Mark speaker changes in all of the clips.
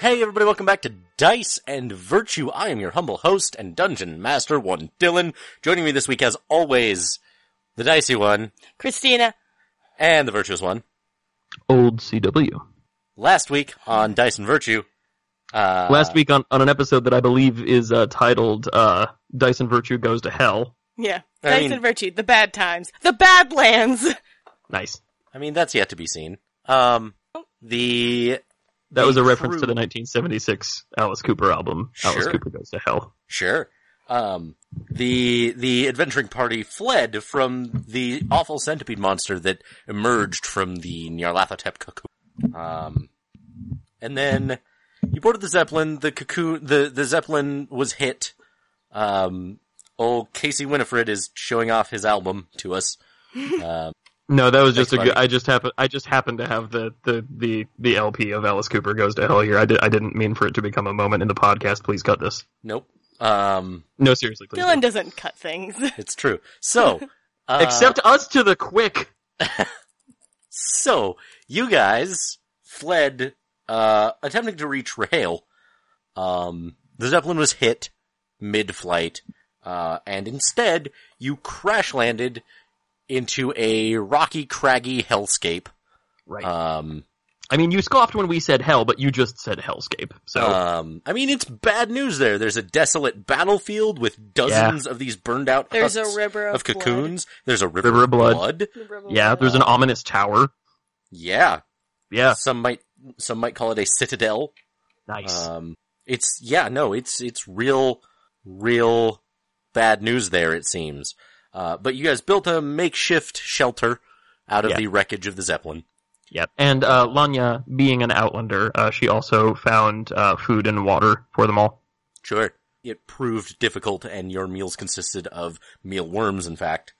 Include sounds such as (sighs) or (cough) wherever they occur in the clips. Speaker 1: Hey, everybody, welcome back to Dice and Virtue. I am your humble host and dungeon master, one Dylan. Joining me this week, as always, the dicey one
Speaker 2: Christina.
Speaker 1: and the virtuous one.
Speaker 3: Old CW.
Speaker 1: Last week on Dice and Virtue, uh,
Speaker 3: Last week on, on an episode that I believe is uh, titled uh, Dyson Virtue Goes to Hell.
Speaker 2: Yeah.
Speaker 1: I
Speaker 2: Dice
Speaker 1: mean-
Speaker 2: and Virtue. The bad times. The Badlands.
Speaker 3: Nice.
Speaker 1: I mean, that's yet to be seen. Um, the
Speaker 3: That
Speaker 1: They
Speaker 3: was a reference
Speaker 1: proved-
Speaker 3: to the 1976 Alice Cooper album, Alice
Speaker 1: Sure.
Speaker 3: Cooper Goes to Hell.
Speaker 1: Sure. Um, the the adventuring party fled from the awful centipede monster that emerged from the Nyarlathotep cocoon. Um, and then you boarded the zeppelin. The cocoon, the the zeppelin was hit. Um, old Casey Winifred is showing off his album to us. Um,
Speaker 3: No, that was just
Speaker 1: Thanks,
Speaker 3: a good.
Speaker 1: buddy.
Speaker 3: I just happen. I just happened to have the, the, the, the LP of Alice Cooper Goes to Hell here. I, did, I didn't mean for it to become a moment in the podcast. Please cut this.
Speaker 1: Nope. Um,
Speaker 3: No, seriously, please.
Speaker 2: Dylan
Speaker 3: don't.
Speaker 2: doesn't cut
Speaker 3: (laughs)
Speaker 2: things.
Speaker 1: it's true. So, uh,
Speaker 3: Accept us to the quick.
Speaker 1: So you guys fled, uh, attempting to reach Rahale. Um, the zeppelin was hit mid-flight, uh, and instead you crash landed into a rocky, craggy hellscape.
Speaker 3: Right.
Speaker 1: Um,
Speaker 3: I mean, you scoffed when we said hell, but you just said hellscape. So
Speaker 1: um, I mean, it's bad news there. There's a desolate battlefield with dozens of these burned out
Speaker 2: There's a
Speaker 1: husks
Speaker 2: river of
Speaker 1: of cocoons. There's a river,
Speaker 3: River
Speaker 1: of
Speaker 3: of blood.
Speaker 1: blood.
Speaker 2: blood.
Speaker 3: yeah, there's an ominous tower.
Speaker 1: Yeah.
Speaker 3: Yeah,
Speaker 1: Some might, some might call it a citadel.
Speaker 3: nice.
Speaker 1: Um, it's yeah, no, it's it's real, real bad news there. It seems, uh, but you guys built a makeshift shelter out of
Speaker 3: Yeah.
Speaker 1: the wreckage of the zeppelin.
Speaker 3: Yep. And uh, Lanya, being an outlander, uh, she also found uh, food and water for them all.
Speaker 1: Sure, it proved difficult, and your meals consisted of mealworms. In fact,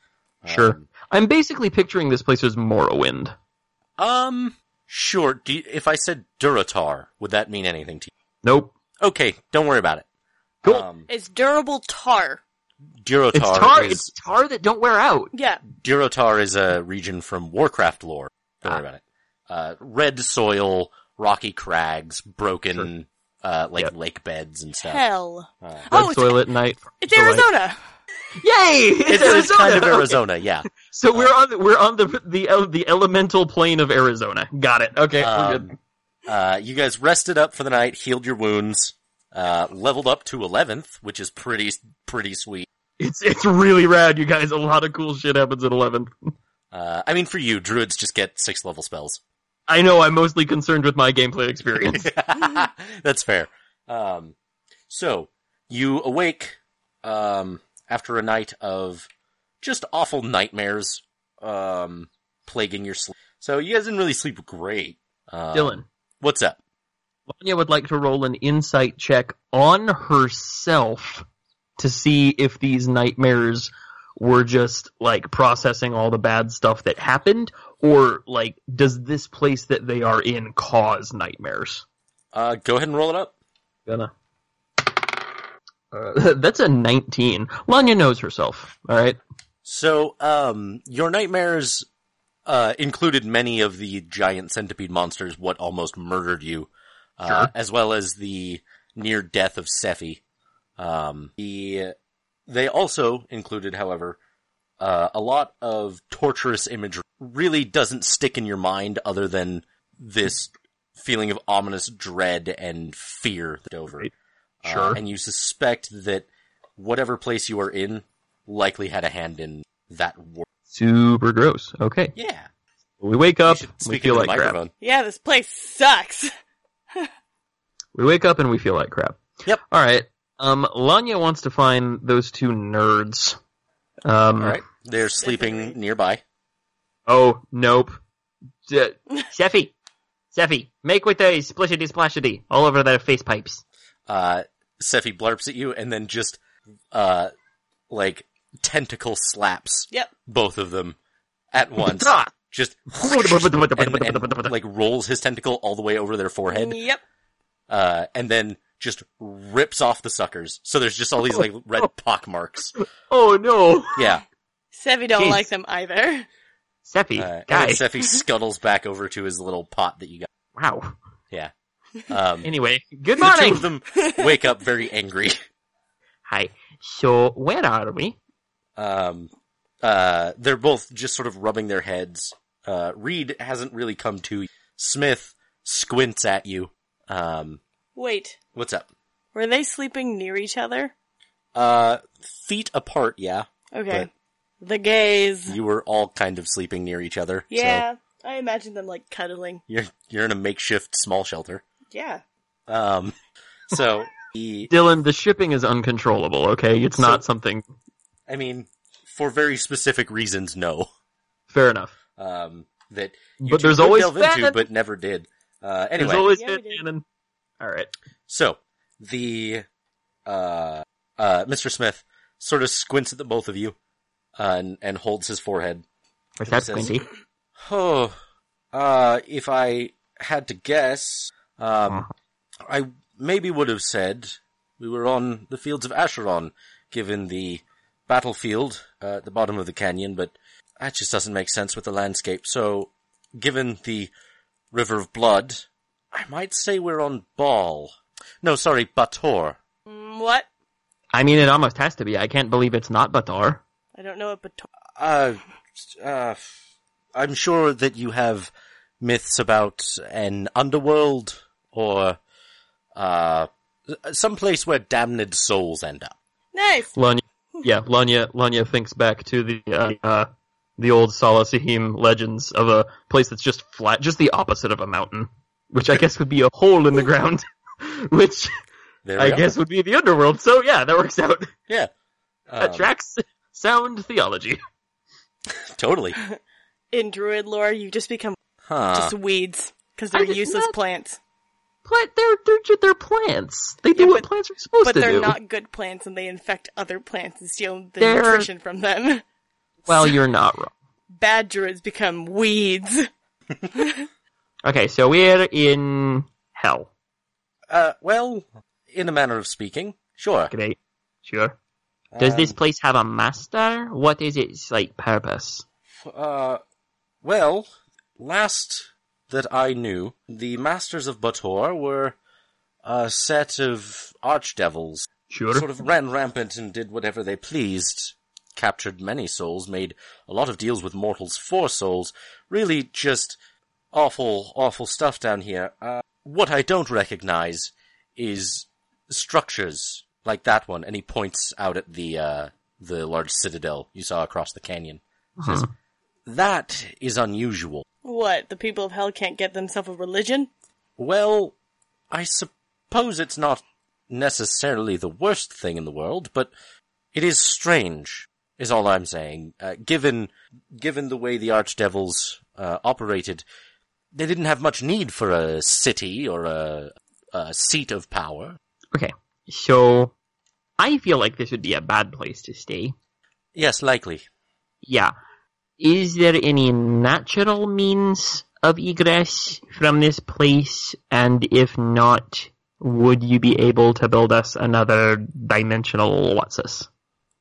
Speaker 3: Sure.
Speaker 1: Um,
Speaker 3: I'm basically picturing this place as Morrowind.
Speaker 1: um, sure. Do you, if I said Duratar, would that mean anything to
Speaker 3: Nope.
Speaker 1: you? Okay, don't worry about it.
Speaker 3: Cool.
Speaker 1: Um,
Speaker 2: It's durable tar.
Speaker 1: Durotar
Speaker 3: it's tar.
Speaker 1: is
Speaker 3: It's tar that don't wear out.
Speaker 2: Yeah.
Speaker 1: Durotar is a region from Warcraft lore. Don't worry
Speaker 3: Ah.
Speaker 1: about it. Uh, red soil, rocky crags, broken, uh, like
Speaker 3: Yep.
Speaker 1: lake beds and stuff.
Speaker 2: Hell.
Speaker 1: Uh,
Speaker 3: Red
Speaker 2: Oh, it's-
Speaker 3: soil at night.
Speaker 2: It's
Speaker 3: delight.
Speaker 2: Arizona.
Speaker 3: Yay! It's,
Speaker 1: it's, it's
Speaker 3: Arizona.
Speaker 1: kind of
Speaker 3: Okay.
Speaker 1: (laughs) Arizona,
Speaker 3: (laughs)
Speaker 1: yeah.
Speaker 3: So we're on the, we're on the the el- the elemental plane of Arizona. Got it. Okay. we're
Speaker 1: Um,
Speaker 3: good.
Speaker 1: uh, you guys rested up for the night, healed your wounds, uh, leveled up to 11th, which is pretty, pretty sweet.
Speaker 3: It's it's really rad, you guys. A lot of cool shit happens at 11th.
Speaker 1: Uh, I mean, for you, druids just get six level spells.
Speaker 3: I know. I'm mostly concerned with my
Speaker 1: (laughs)
Speaker 3: gameplay experience.
Speaker 1: That's fair. Um, so you awake um, after a night of just awful nightmares um, plaguing your sleep. So you guys didn't really sleep great. Um,
Speaker 3: Dylan,
Speaker 1: what's up?
Speaker 3: Vanya would like to roll an insight check on herself to see if these nightmares were just like processing all the bad stuff that happened, or like does this place that they are in cause nightmares?
Speaker 1: Uh, go ahead and roll it up.
Speaker 3: Gonna. Uh, (laughs) that's a 19. Lanya knows herself, alright?
Speaker 1: So um, your nightmares uh, included many of the giant centipede monsters, what almost murdered you, uh,
Speaker 3: Sure.
Speaker 1: as well as the near death of Sephi. Um, the they also included, however, uh, a lot of torturous imagery. Really doesn't stick in your mind other than this feeling of ominous dread and fear that over.
Speaker 3: Right.
Speaker 1: Uh,
Speaker 3: Sure.
Speaker 1: and you suspect that whatever place you are in likely had a hand in that war.
Speaker 3: Super gross. Okay.
Speaker 1: Yeah.
Speaker 3: We wake
Speaker 1: You
Speaker 3: up,
Speaker 1: should
Speaker 3: we
Speaker 1: speak
Speaker 3: feel
Speaker 1: into
Speaker 3: like
Speaker 1: the
Speaker 3: crap. Mm-hmm.
Speaker 1: microphone.
Speaker 2: Yeah, this place sucks.
Speaker 3: We wake up and we feel like crap.
Speaker 1: Yep.
Speaker 3: All right. Um, Lanya wants to find those two nerds. Um,
Speaker 1: All right. They're sleeping nearby.
Speaker 3: Oh, nope.
Speaker 1: (laughs)
Speaker 3: D- Seffy. Seffy, make with a splishity splashity all over their face pipes.
Speaker 1: Uh, Sephi blarps at you and then just, uh, like tentacle slaps
Speaker 2: Yep.
Speaker 1: both of them
Speaker 3: (laughs)
Speaker 1: at once.
Speaker 3: Ah!
Speaker 1: just and, and, like rolls his tentacle all the way over their forehead.
Speaker 2: (laughs) Yep.
Speaker 1: uh, and then just rips off the suckers. So there's just all these like red
Speaker 3: (laughs)
Speaker 1: pock marks.
Speaker 3: oh no.
Speaker 1: Yeah.
Speaker 2: Sevi don't
Speaker 3: Jeez.
Speaker 2: like them either.
Speaker 3: Seffy,
Speaker 1: Uh, and then
Speaker 3: guy.
Speaker 1: Sephi scuttles back over to his little pot that you got.
Speaker 3: wow.
Speaker 1: Yeah. Um,
Speaker 3: Anyway, good
Speaker 1: the two (laughs)
Speaker 3: morning.
Speaker 1: of
Speaker 3: (laughs)
Speaker 1: them wake up very angry.
Speaker 3: Hi. So where are we?
Speaker 1: Um, uh, they're both just sort of rubbing their heads. Uh, Reed hasn't really come to. Smith squints at you. Um,
Speaker 2: Wait,
Speaker 1: what's up?
Speaker 2: were they sleeping near each other?
Speaker 1: Uh, feet apart, yeah.
Speaker 2: Okay. The gays.
Speaker 1: You were all kind of sleeping near each other. So
Speaker 2: Yeah, I imagine them like cuddling.
Speaker 1: you're, you're in a makeshift small shelter.
Speaker 2: Yeah.
Speaker 1: Um, so, he,
Speaker 3: Dylan, the shipping is uncontrollable, okay? It's not something
Speaker 1: I mean, for very specific reasons, no.
Speaker 3: fair enough.
Speaker 1: Um, that you
Speaker 3: But
Speaker 1: two
Speaker 3: there's
Speaker 1: could
Speaker 3: always
Speaker 1: delve into,
Speaker 3: Fanon.
Speaker 1: but never did. Uh, anyway.
Speaker 3: There's always
Speaker 2: Yeah, we did.
Speaker 3: Fanon. All right.
Speaker 1: So the uh, uh, Mr. Smith sort of squints at the both of you uh, and and holds his forehead.
Speaker 3: Where's
Speaker 1: It
Speaker 3: that
Speaker 1: says-
Speaker 3: squinty?
Speaker 1: Oh, uh, if I had to guess, um, I maybe would have said we were on the fields of Acheron, given the battlefield uh, at the bottom of the canyon, but that just doesn't make sense with the landscape. So, given the River of Blood, I might say we're on Baal. No, sorry, Bator.
Speaker 2: Mm, what?
Speaker 3: I mean, it almost has to be. I can't believe it's not Batar.
Speaker 2: I don't know what but
Speaker 1: Uh, uh, I'm sure that you have myths about an underworld or uh, some place where damned souls end up.
Speaker 2: Nice.
Speaker 3: Lunya, yeah, Lunya, Lunya thinks back to the uh, uh, the old Salahim legends of a place that's just flat, just the opposite of a mountain, which I guess would be a hole in the ground, (laughs) which
Speaker 1: There we
Speaker 3: I
Speaker 1: are.
Speaker 3: guess would be the underworld. So yeah, that works out. (laughs)
Speaker 1: yeah,
Speaker 3: That
Speaker 1: Um,
Speaker 3: tracks sound theology. (laughs)
Speaker 1: totally.
Speaker 2: In druid lore, you just become
Speaker 1: Huh.
Speaker 2: just weeds because they're
Speaker 3: Uh. I did
Speaker 2: useless
Speaker 3: not-
Speaker 2: plants,
Speaker 3: Plant, they're they're ju- they're plants. They do
Speaker 2: Yeah,
Speaker 3: what
Speaker 2: but-
Speaker 3: plants are supposed
Speaker 2: but
Speaker 3: to
Speaker 2: they're
Speaker 3: do.
Speaker 2: not good plants, and they infect other plants and steal the
Speaker 3: They're-
Speaker 2: nutrition from them. (laughs)
Speaker 3: Well, you're not wrong.
Speaker 2: Bad druids become weeds.
Speaker 3: Okay, so we're in hell.
Speaker 1: Uh, well, in a manner of speaking, sure.
Speaker 3: Great, sure. Does
Speaker 1: Um,
Speaker 3: this place have a master? What is its like purpose?
Speaker 1: Uh, well, last that I knew, the masters of Bator were a set of archdevils
Speaker 3: Sure.
Speaker 1: sort of ran rampant and did whatever they pleased. Captured many souls, made a lot of deals with mortals for souls. Really just awful, awful stuff down here. Uh, what I don't recognize is structures like that one. And he points out at the, uh, the large citadel you saw across the canyon. Says, that is unusual.
Speaker 2: What? The people of hell can't get themselves a religion?
Speaker 1: Well, I suppose it's not necessarily the worst thing in the world, but it is strange, is all I'm saying. Uh, given given the way the archdevils uh, operated, they didn't have much need for a city or a, a seat of power.
Speaker 3: Okay, so I feel like this would be a bad place to stay.
Speaker 1: Yes, likely.
Speaker 3: Yeah. Is there any natural means of egress from this place? And if not, would you be able to build us another dimensional what's this?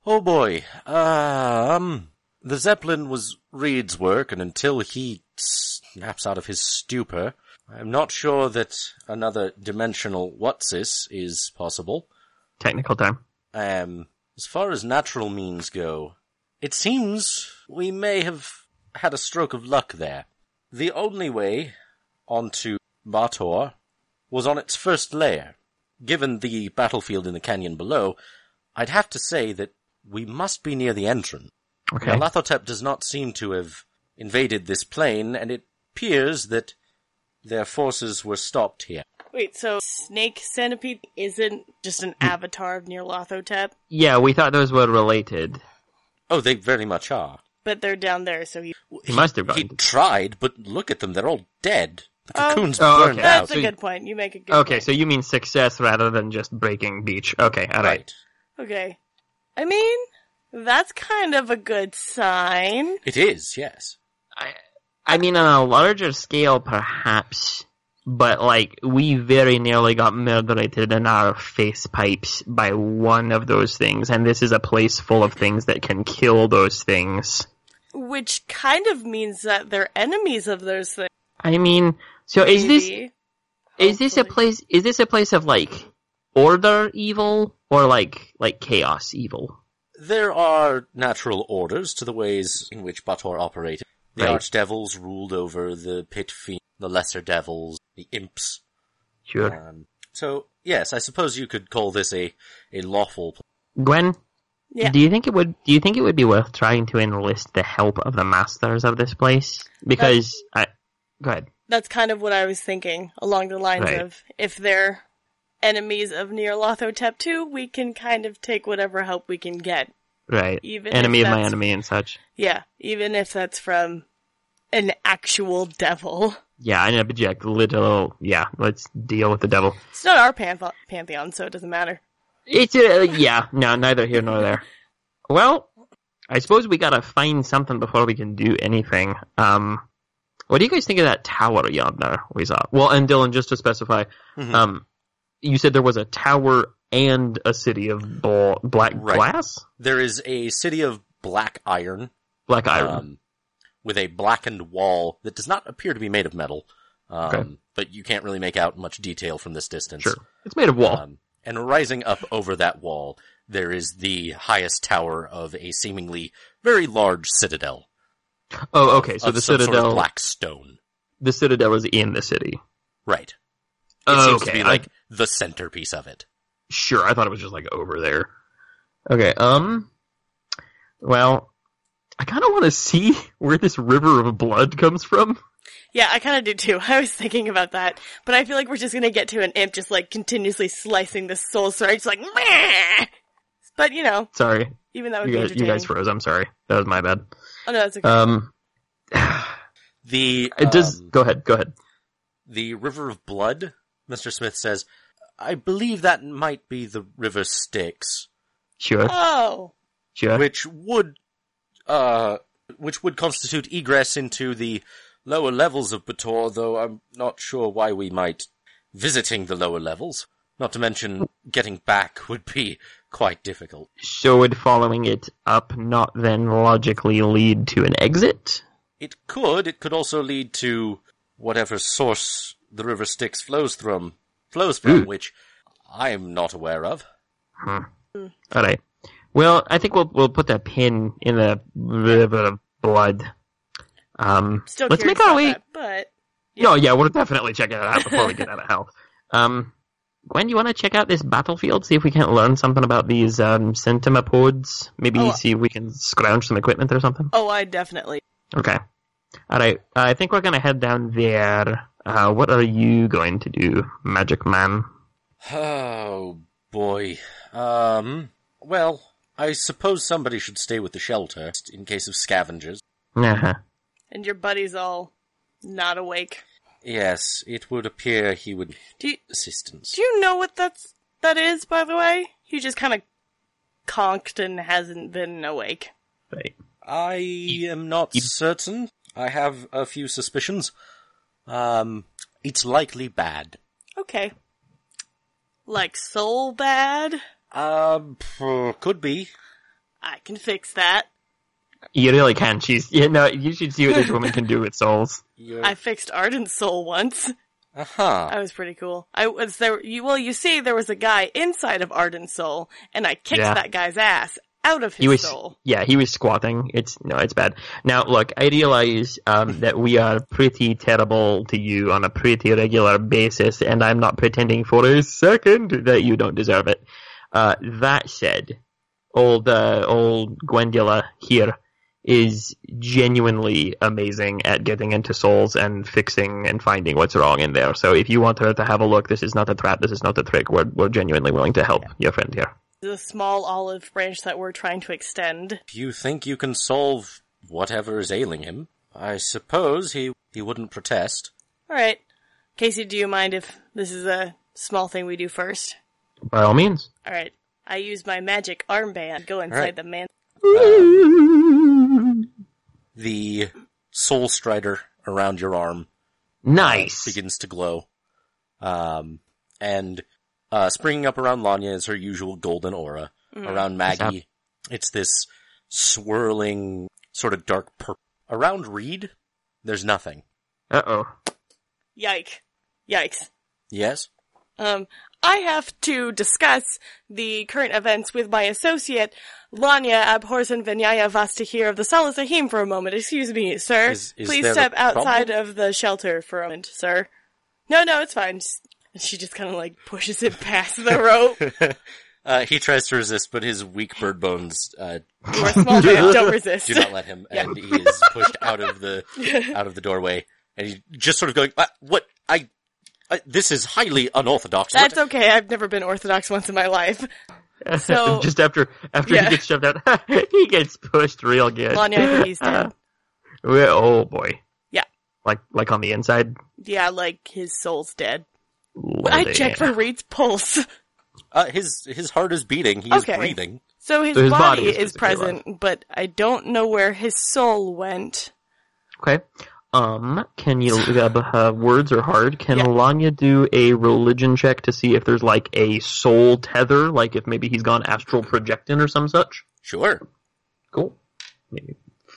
Speaker 1: Oh boy. Um, the Zeppelin was Reed's work, and until he snaps out of his stupor, I'm not sure that another dimensional whatsis is possible.
Speaker 3: technical term?
Speaker 1: Um, as far as natural means go, it seems we may have had a stroke of luck there. The only way onto Bator was on its first layer. Given the battlefield in the canyon below, I'd have to say that we must be near the entrance.
Speaker 3: Okay.
Speaker 1: Now, Lathotep does not seem to have invaded this plain, and it appears that their forces were stopped here.
Speaker 2: Wait, so Snake Centipede isn't just
Speaker 3: Hmm.
Speaker 2: an avatar of Nyarlathotep,
Speaker 3: Yeah, we thought those were related.
Speaker 1: Oh, they very much are.
Speaker 2: but they're down there, so he.
Speaker 3: He must have
Speaker 1: He
Speaker 3: gotten.
Speaker 1: tried, but look at them. They're all dead. The
Speaker 2: Oh.
Speaker 1: cocoon's
Speaker 3: Oh,
Speaker 1: burned
Speaker 3: okay.
Speaker 1: out.
Speaker 2: That's a good point. You make a good
Speaker 3: Okay,
Speaker 2: point.
Speaker 3: so you mean success rather than just breaking beach. Okay, all right.
Speaker 1: Right.
Speaker 2: Okay. I mean, that's kind of a good sign.
Speaker 1: It is, yes.
Speaker 3: I, I mean, on a larger scale, perhaps, but like we very nearly got murdered in our face pipes by one of those things, and this is a place full of things that can kill those things.
Speaker 2: Which kind of means that they're enemies of those things.
Speaker 3: I mean, so is this
Speaker 2: maybe.
Speaker 3: Is this a
Speaker 2: Hopefully.
Speaker 3: place? Is this a place of like order evil or like like chaos evil?
Speaker 1: There are natural orders to the ways in which Bator operated. The
Speaker 3: Right.
Speaker 1: archdevils ruled over the pit fiend, the lesser devils, the imps.
Speaker 3: Sure.
Speaker 1: Um, so, yes, I suppose you could call this a, a lawful pl-
Speaker 3: Gwen,
Speaker 2: Yeah.
Speaker 3: do you think it would? Do you think it would be worth trying to enlist the help of the masters of this place? Because I, go ahead.
Speaker 2: That's kind of what I was thinking along the lines
Speaker 3: Right.
Speaker 2: of if they're enemies of Nyarlathotep 2, we can kind of take whatever help we can get.
Speaker 3: Right.
Speaker 2: Even
Speaker 3: enemy
Speaker 2: if
Speaker 3: of my
Speaker 2: that's-
Speaker 3: enemy and such.
Speaker 2: Yeah, even if that's from an actual devil.
Speaker 3: Yeah, I object. Little. Yeah, let's deal with the devil.
Speaker 2: It's not our panth- pantheon, so it doesn't matter.
Speaker 3: It's uh, yeah, no, neither here nor there. Well, I suppose we gotta find something before we can do anything. Um, what do you guys think of that tower yonder we saw? Well, and Dylan, just to specify,
Speaker 1: Mhm.
Speaker 3: um, you said there was a tower and a city of ball, black
Speaker 1: Right.
Speaker 3: glass,
Speaker 1: There is a city of black iron,
Speaker 3: black iron.
Speaker 1: um, with a blackened wall that does not appear to be made of metal. Um,
Speaker 3: Okay.
Speaker 1: but you can't really make out much detail from this distance.
Speaker 3: sure, it's made of wall.
Speaker 1: Um, and rising up over that wall, there is the highest tower of a seemingly very large citadel.
Speaker 3: oh, okay. So
Speaker 1: of
Speaker 3: the
Speaker 1: some
Speaker 3: citadel,
Speaker 1: sort of black stone.
Speaker 3: the citadel is in the city.
Speaker 1: Right. It
Speaker 3: Oh,
Speaker 1: seems
Speaker 3: okay,
Speaker 1: to be
Speaker 3: I-
Speaker 1: like the centerpiece of it.
Speaker 3: Sure, I thought it was just like over there. Okay, um well, I kind of want to see (laughs) where this river of blood comes from.
Speaker 2: Yeah, I kind of do too. (laughs) I was thinking about that, but I feel like we're just gonna get to an imp just like continuously slicing the soul sword, just like. Meh! But you know,
Speaker 3: Sorry.
Speaker 2: even that would
Speaker 3: You
Speaker 2: be
Speaker 3: guys, you
Speaker 2: entertaining.
Speaker 3: guys froze. I'm sorry. That was my bad.
Speaker 2: oh no, that's okay.
Speaker 3: Um
Speaker 1: The
Speaker 3: it does
Speaker 1: um,
Speaker 3: go ahead. Go ahead.
Speaker 1: the River of Blood, Mr. Smith says, I believe that might be the River Styx,
Speaker 3: Sure.
Speaker 2: oh,
Speaker 3: Sure.
Speaker 1: which would uh which would constitute egress into the lower levels of Bator, though I'm not sure why we might visiting the lower levels. Not to mention getting back (laughs) would be quite difficult.
Speaker 3: So would following it up not then logically lead to an exit?
Speaker 1: It could. It could also lead to whatever source the River Styx flows from, flows from,
Speaker 3: Ooh.
Speaker 1: which I'm not aware of.
Speaker 3: All right. Well, I think we'll we'll put that pin in the river of blood. Um
Speaker 2: still
Speaker 3: let's
Speaker 2: curious
Speaker 3: make our
Speaker 2: about
Speaker 3: way
Speaker 2: that, but
Speaker 3: No, yeah, we'll definitely check it out before we get out of hell. Um, Gwen, you want to check out this battlefield? See if we can't learn something about these um, centipods. Maybe
Speaker 2: Oh.
Speaker 3: see if we can scrounge some equipment or something.
Speaker 2: oh, I definitely.
Speaker 3: Okay. All right. I think we're gonna head down there. Uh, what are you going to do, Magic Man? (laughs)
Speaker 1: Oh boy. Um. Well, I suppose somebody should stay with the shelter in case of scavengers.
Speaker 3: Uh-huh.
Speaker 2: And your buddy's all not awake.
Speaker 1: Yes, it would appear he would need
Speaker 2: Do you,
Speaker 1: assistance.
Speaker 2: do you know what that's that is? By the way, he just kind of conked and hasn't been awake.
Speaker 3: Right.
Speaker 1: I am not certain. I have a few suspicions. Um, it's likely bad.
Speaker 2: Okay, like soul bad.
Speaker 1: Um, could be.
Speaker 2: I can fix that.
Speaker 3: You really can. She's. You know. You should see what this woman can do with souls.
Speaker 1: You're...
Speaker 2: I fixed Arden's soul once.
Speaker 1: Uh-huh.
Speaker 2: That was pretty cool. I was there. You well, you see, there was a guy inside of Arden's soul, and I kicked
Speaker 3: Yeah.
Speaker 2: that guy's ass out of his
Speaker 3: he was
Speaker 2: soul.
Speaker 3: yeah he was squatting it's no it's bad now look i realize um, that we are pretty terrible to you on a pretty regular basis and i'm not pretending for a second that you don't deserve it uh, that said old uh, old gwendula here is genuinely amazing at getting into souls and fixing and finding what's wrong in there. So if you want her to have a look, this is not a trap, this is not a trick. We're, we're genuinely willing to help your friend here.
Speaker 2: The small olive branch that we're trying to extend.
Speaker 1: If you think you can solve whatever is ailing him, I suppose he he wouldn't protest.
Speaker 2: All right, Casey, do you mind if this is a small thing we do first?
Speaker 3: By all means.
Speaker 2: All right, I use my magic armband. Go inside
Speaker 1: right.
Speaker 2: the man.
Speaker 1: Um, The soul strider around your arm
Speaker 3: Nice.
Speaker 1: begins to glow. Um and uh springing up around Lanya is her usual golden aura.
Speaker 2: Mm.
Speaker 1: Around Maggie, it's this swirling sort of dark purple. Around Reed, there's nothing.
Speaker 3: Uh oh.
Speaker 2: Yike! Yikes!
Speaker 1: Yes.
Speaker 2: Um, I have to discuss the current events with my associate, Lanya Abhorsen Vinaya Vastahir of the Salasahim for a moment. Excuse me, sir.
Speaker 1: Is- is
Speaker 2: Please
Speaker 1: there a
Speaker 2: step outside
Speaker 1: problem?
Speaker 2: of the shelter for a moment, sir. No, no, it's fine. Just- and she just kind of like pushes it past the
Speaker 1: (laughs)
Speaker 2: rope.
Speaker 1: Uh, he tries to resist, but his weak bird bones uh,
Speaker 2: You are small, man. Don't resist.
Speaker 1: do not let him,
Speaker 2: (laughs) Yeah.
Speaker 1: and he is pushed out of
Speaker 2: (laughs)
Speaker 1: the out of the doorway, and he just sort of going, "Uh, "What? I, I this is highly unorthodox." What-
Speaker 2: That's okay. I've never been Orthodox once in my life. So-
Speaker 3: (laughs) just after after
Speaker 2: Yeah.
Speaker 3: he gets shoved out, (laughs) he gets pushed real good.
Speaker 2: Lanya, I think he's dead.
Speaker 3: (laughs) Well, oh boy.
Speaker 2: Yeah.
Speaker 3: Like like on the inside.
Speaker 2: Yeah, like his soul's dead. I
Speaker 3: Lordy.
Speaker 2: checked for Reed's pulse.
Speaker 1: Uh, his his heart is beating. He
Speaker 2: Okay.
Speaker 1: is breathing.
Speaker 2: So his,
Speaker 3: So his
Speaker 2: body, is,
Speaker 3: body is physically
Speaker 2: present, but I don't know where his soul went.
Speaker 3: Okay. Um, can you, uh, b- uh, words are hard. Can
Speaker 2: Yeah.
Speaker 3: Alanya do a religion check to see if there's like a soul tether, like if maybe he's gone astral projecting or some such?
Speaker 1: Sure.
Speaker 3: Cool. Maybe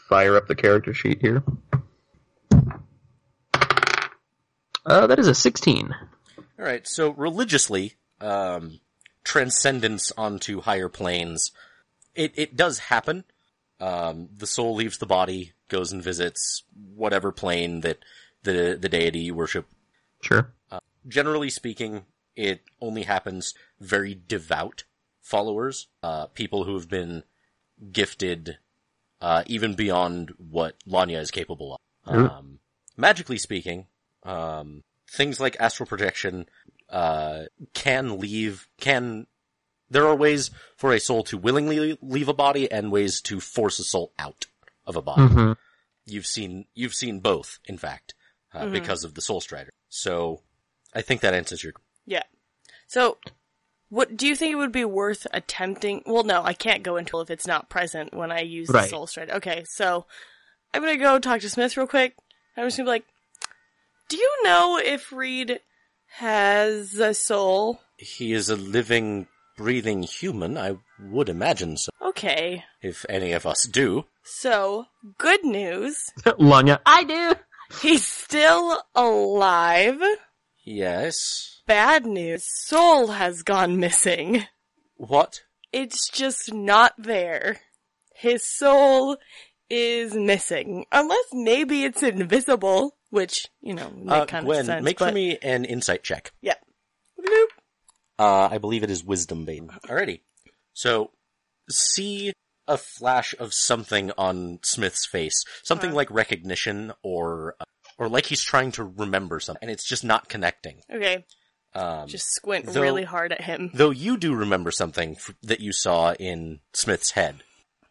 Speaker 3: fire up the character sheet here. Uh, that is a 16.
Speaker 1: All right. So religiously, um, transcendence onto higher planes, it it does happen. Um, the soul leaves the body, goes and visits whatever plane that the the deity you worship.
Speaker 3: Sure.
Speaker 1: Generally speaking, it only happens to very devout followers, uh, people who have been gifted uh, even beyond what Lanya is capable of.
Speaker 3: Hmm.
Speaker 1: Um, magically speaking, um, things like astral projection uh, can leave can. There are ways for a soul to willingly leave a body and ways to force a soul out of a body.
Speaker 3: Mm-hmm. (laughs)
Speaker 1: You've seen you've seen both, in fact, uh,
Speaker 2: Mm-hmm.
Speaker 1: because of the Soul Strider. So, I think that answers your.
Speaker 2: Yeah. So, what do you think it would be worth attempting? Well, no, I can't go into if it's not present when I use the
Speaker 3: Right.
Speaker 2: soul strand. Okay, so I'm gonna go talk to Smith real quick. I'm just gonna be like, "Do you know if Reed has a soul?"
Speaker 1: He is a living, breathing human. I would imagine so.
Speaker 2: Okay,
Speaker 1: If any of us do,
Speaker 2: so good news.
Speaker 3: Lanya, I do!
Speaker 2: He's still alive.
Speaker 1: yes.
Speaker 2: Bad news. Soul has gone missing.
Speaker 1: What?
Speaker 2: It's just not there. His soul is missing. Unless maybe it's invisible, which, you know, would make
Speaker 1: Uh,
Speaker 2: kind
Speaker 1: Gwen,
Speaker 2: of sense.
Speaker 1: make
Speaker 2: but
Speaker 1: for me an insight check.
Speaker 2: Yeah. Bloop.
Speaker 1: Uh, I believe it is wisdom bane. Alrighty. So, see a flash of something on Smith's face. Something
Speaker 2: Uh-huh.
Speaker 1: like recognition or, uh, or like he's trying to remember something and it's just not connecting.
Speaker 2: Okay,
Speaker 1: Um,
Speaker 2: just squint
Speaker 1: though-
Speaker 2: really hard at him.
Speaker 1: though you do remember something f- that you saw in Smith's head.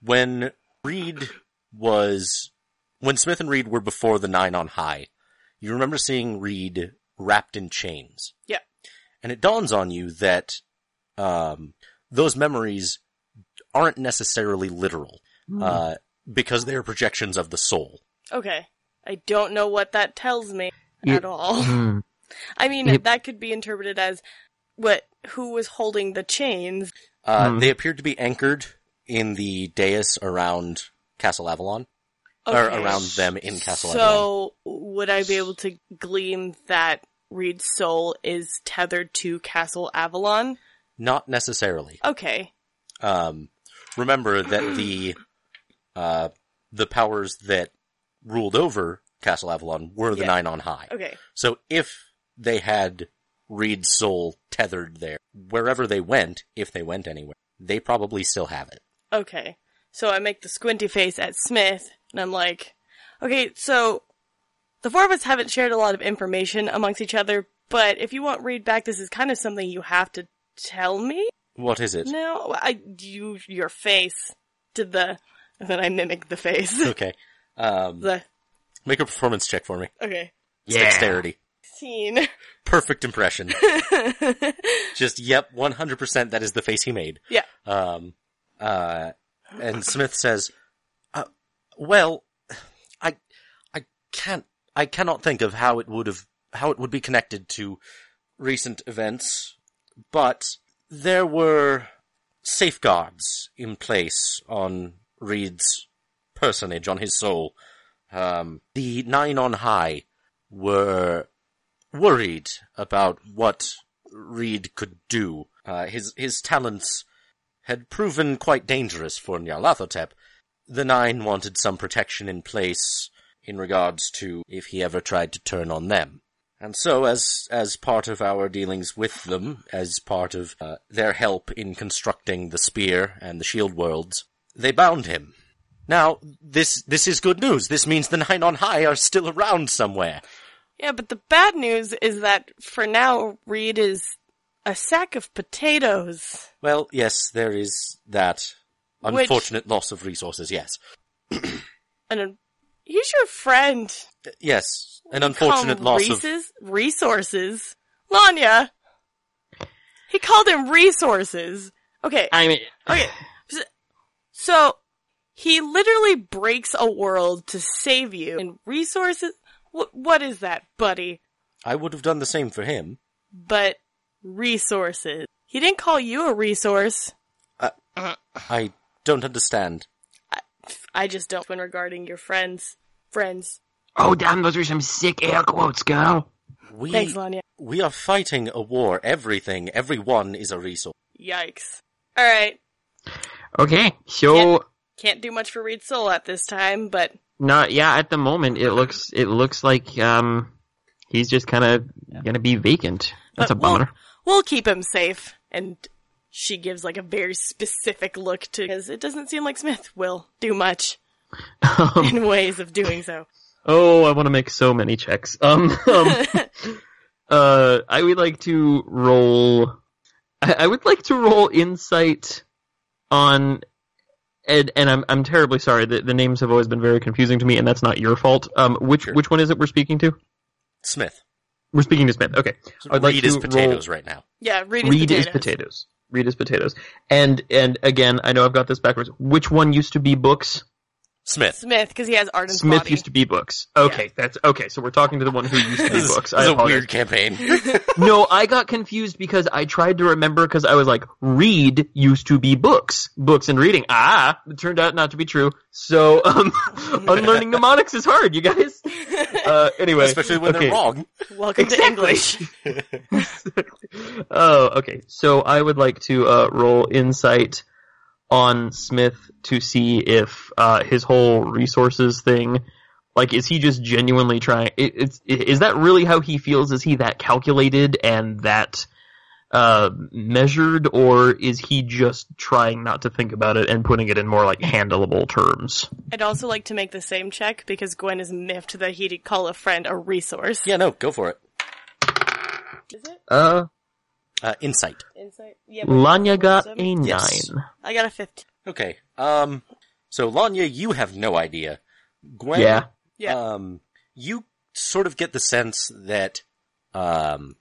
Speaker 1: When Reed was, when Smith and Reed were before the nine on high, you remember seeing Reed wrapped in chains.
Speaker 2: Yeah.
Speaker 1: And it dawns on you that, um, those memories aren't necessarily literal, uh, because they are projections of the soul.
Speaker 2: Okay. I don't know what that tells me
Speaker 3: Yeah.
Speaker 2: at all.
Speaker 3: Hmm.
Speaker 2: I mean,
Speaker 3: Yep.
Speaker 2: that could be interpreted as what, who was holding the chains.
Speaker 1: Uh,
Speaker 3: Hmm.
Speaker 1: they appeared to be anchored in the dais around Castle Avalon, or
Speaker 2: Okay.
Speaker 1: around them in Castle Avalon.
Speaker 2: So, would I be able to glean that Reed's soul is tethered to Castle Avalon?
Speaker 1: Not necessarily.
Speaker 2: Okay.
Speaker 1: Um, remember that the uh, the powers that ruled over Castle Avalon were the
Speaker 2: Yeah.
Speaker 1: Nine on High.
Speaker 2: Okay.
Speaker 1: So if they had Reed's soul tethered there, wherever they went, if they went anywhere, they probably still have it.
Speaker 2: Okay. So I make the squinty face at Smith, and I'm like, okay, so the four of us haven't shared a lot of information amongst each other, but if you want Reed back, this is kind of something you have to tell me?
Speaker 1: What is it?
Speaker 2: No, I, you, your face did the, and then I mimic the face. (laughs)
Speaker 1: Okay. Um,
Speaker 2: the,
Speaker 1: make a performance check for me.
Speaker 2: okay.
Speaker 1: It's
Speaker 3: Yeah.
Speaker 1: Dexterity.
Speaker 2: Scene. (laughs)
Speaker 1: Perfect impression. Just yep, one hundred percent. That is the face he made.
Speaker 2: yeah.
Speaker 1: Um, uh, and Smith says, uh, "Well, I, I can't, I cannot think of how it would have, how it would be connected to recent events, but there were safeguards in place on Reed's personage, on his soul. Um, the nine on high were worried about what Reed could do. Uh, his his talents had proven quite dangerous for Nyarlathotep. The Nine wanted some protection in place in regards to if he ever tried to turn on them. And so, as as part of our dealings with them, as part of uh, their help in constructing the spear and the shield worlds, they bound him. Now, this this is good news. This means the Nine on High are still around somewhere.
Speaker 2: Yeah, but the bad news is that for now, Reed is a sack of potatoes.
Speaker 1: Well, yes, there is that
Speaker 2: Which-
Speaker 1: unfortunate loss of resources. Yes,
Speaker 2: And he's your friend.
Speaker 1: Uh, yes, an
Speaker 2: Call him
Speaker 1: unfortunate loss of
Speaker 2: Reese's- resources. Lanya. He called him resources. Okay.
Speaker 3: I mean,
Speaker 2: Okay. So- So he literally breaks a world to save you and resources. What what is that, buddy?
Speaker 1: I would have done the same for him.
Speaker 2: But resources. He didn't call you a resource.
Speaker 1: I don't understand.
Speaker 2: I just don't when regarding your friends. Friends.
Speaker 3: oh damn, those are some sick air quotes, girl.
Speaker 1: We
Speaker 2: Thanks, Lanya.
Speaker 1: we are fighting a war. Everything, everyone is a resource.
Speaker 2: Yikes. All right.
Speaker 3: Okay, so
Speaker 2: Can't do much for Reed Soul at this time, but
Speaker 3: not yeah. At the moment, it looks it looks like um he's just kind of gonna be vacant. That's
Speaker 1: Uh,
Speaker 2: But
Speaker 3: a bummer.
Speaker 2: we'll keep him safe. And she gives like a very specific look to because it doesn't seem like Smith will do
Speaker 3: (laughs)
Speaker 2: much in ways of doing so.
Speaker 3: Oh, I want to make so many checks. (laughs) Um,
Speaker 1: (laughs)
Speaker 3: um, uh, I would like to roll. I, I would like to roll insight on. And, and I'm I'm terribly sorry. The, the names have always been very confusing to me, and that's not your fault. Um, which
Speaker 1: Sure.
Speaker 3: which one is it we're speaking to?
Speaker 1: Smith,
Speaker 3: We're speaking to Smith. Okay.
Speaker 1: read
Speaker 3: I'd like
Speaker 1: is
Speaker 3: to roll-
Speaker 1: potatoes right now.
Speaker 2: Yeah, Reed,
Speaker 3: Reed
Speaker 2: is,
Speaker 3: is
Speaker 2: potatoes.
Speaker 3: potatoes. Reed is potatoes. And and again, I know I've got this backwards. Which one used to be books? (laughs)
Speaker 1: Smith.
Speaker 2: Smith, because he has Arden's
Speaker 3: Smith
Speaker 2: body.
Speaker 3: used to be books. Okay, that's okay. So we're talking to the one who used to
Speaker 1: (laughs)
Speaker 3: be
Speaker 1: This, is-
Speaker 3: books.
Speaker 1: this
Speaker 3: I
Speaker 1: is a
Speaker 3: apologize.
Speaker 1: weird
Speaker 3: (laughs)
Speaker 1: campaign. (laughs)
Speaker 3: no, I got confused because I tried to remember because I was like, read used to be books, books and reading. Ah, it turned out not to be true. So, um, (laughs) unlearning mnemonics is hard,
Speaker 1: (laughs)
Speaker 3: you guys. Uh, anyway,
Speaker 1: Especially when
Speaker 3: okay.
Speaker 1: they're wrong.
Speaker 2: Welcome to English.
Speaker 3: oh, okay. So I would like to uh, roll insight on Smith to see if uh, his whole resources thing, like, is he just genuinely trying? It, it's i- is that really how he feels? Is he that calculated and that uh, measured, or is he just trying not to think about it and putting it in more like handleable terms?
Speaker 2: I'd also like to make the same check because Gwen is miffed that he'd call a friend a resource.
Speaker 1: Yeah, no, go for it.
Speaker 2: Is it
Speaker 3: Uh,
Speaker 1: Uh, insight.
Speaker 2: insight? Yeah. but-
Speaker 3: Lanya got a
Speaker 2: Seven?
Speaker 3: nine.
Speaker 1: Yes.
Speaker 2: I got a fifteen.
Speaker 1: Okay. Um. So Lanya, you have no idea. Gwen.
Speaker 3: Yeah.
Speaker 2: Yeah.
Speaker 1: Um. You sort of get the sense that, um,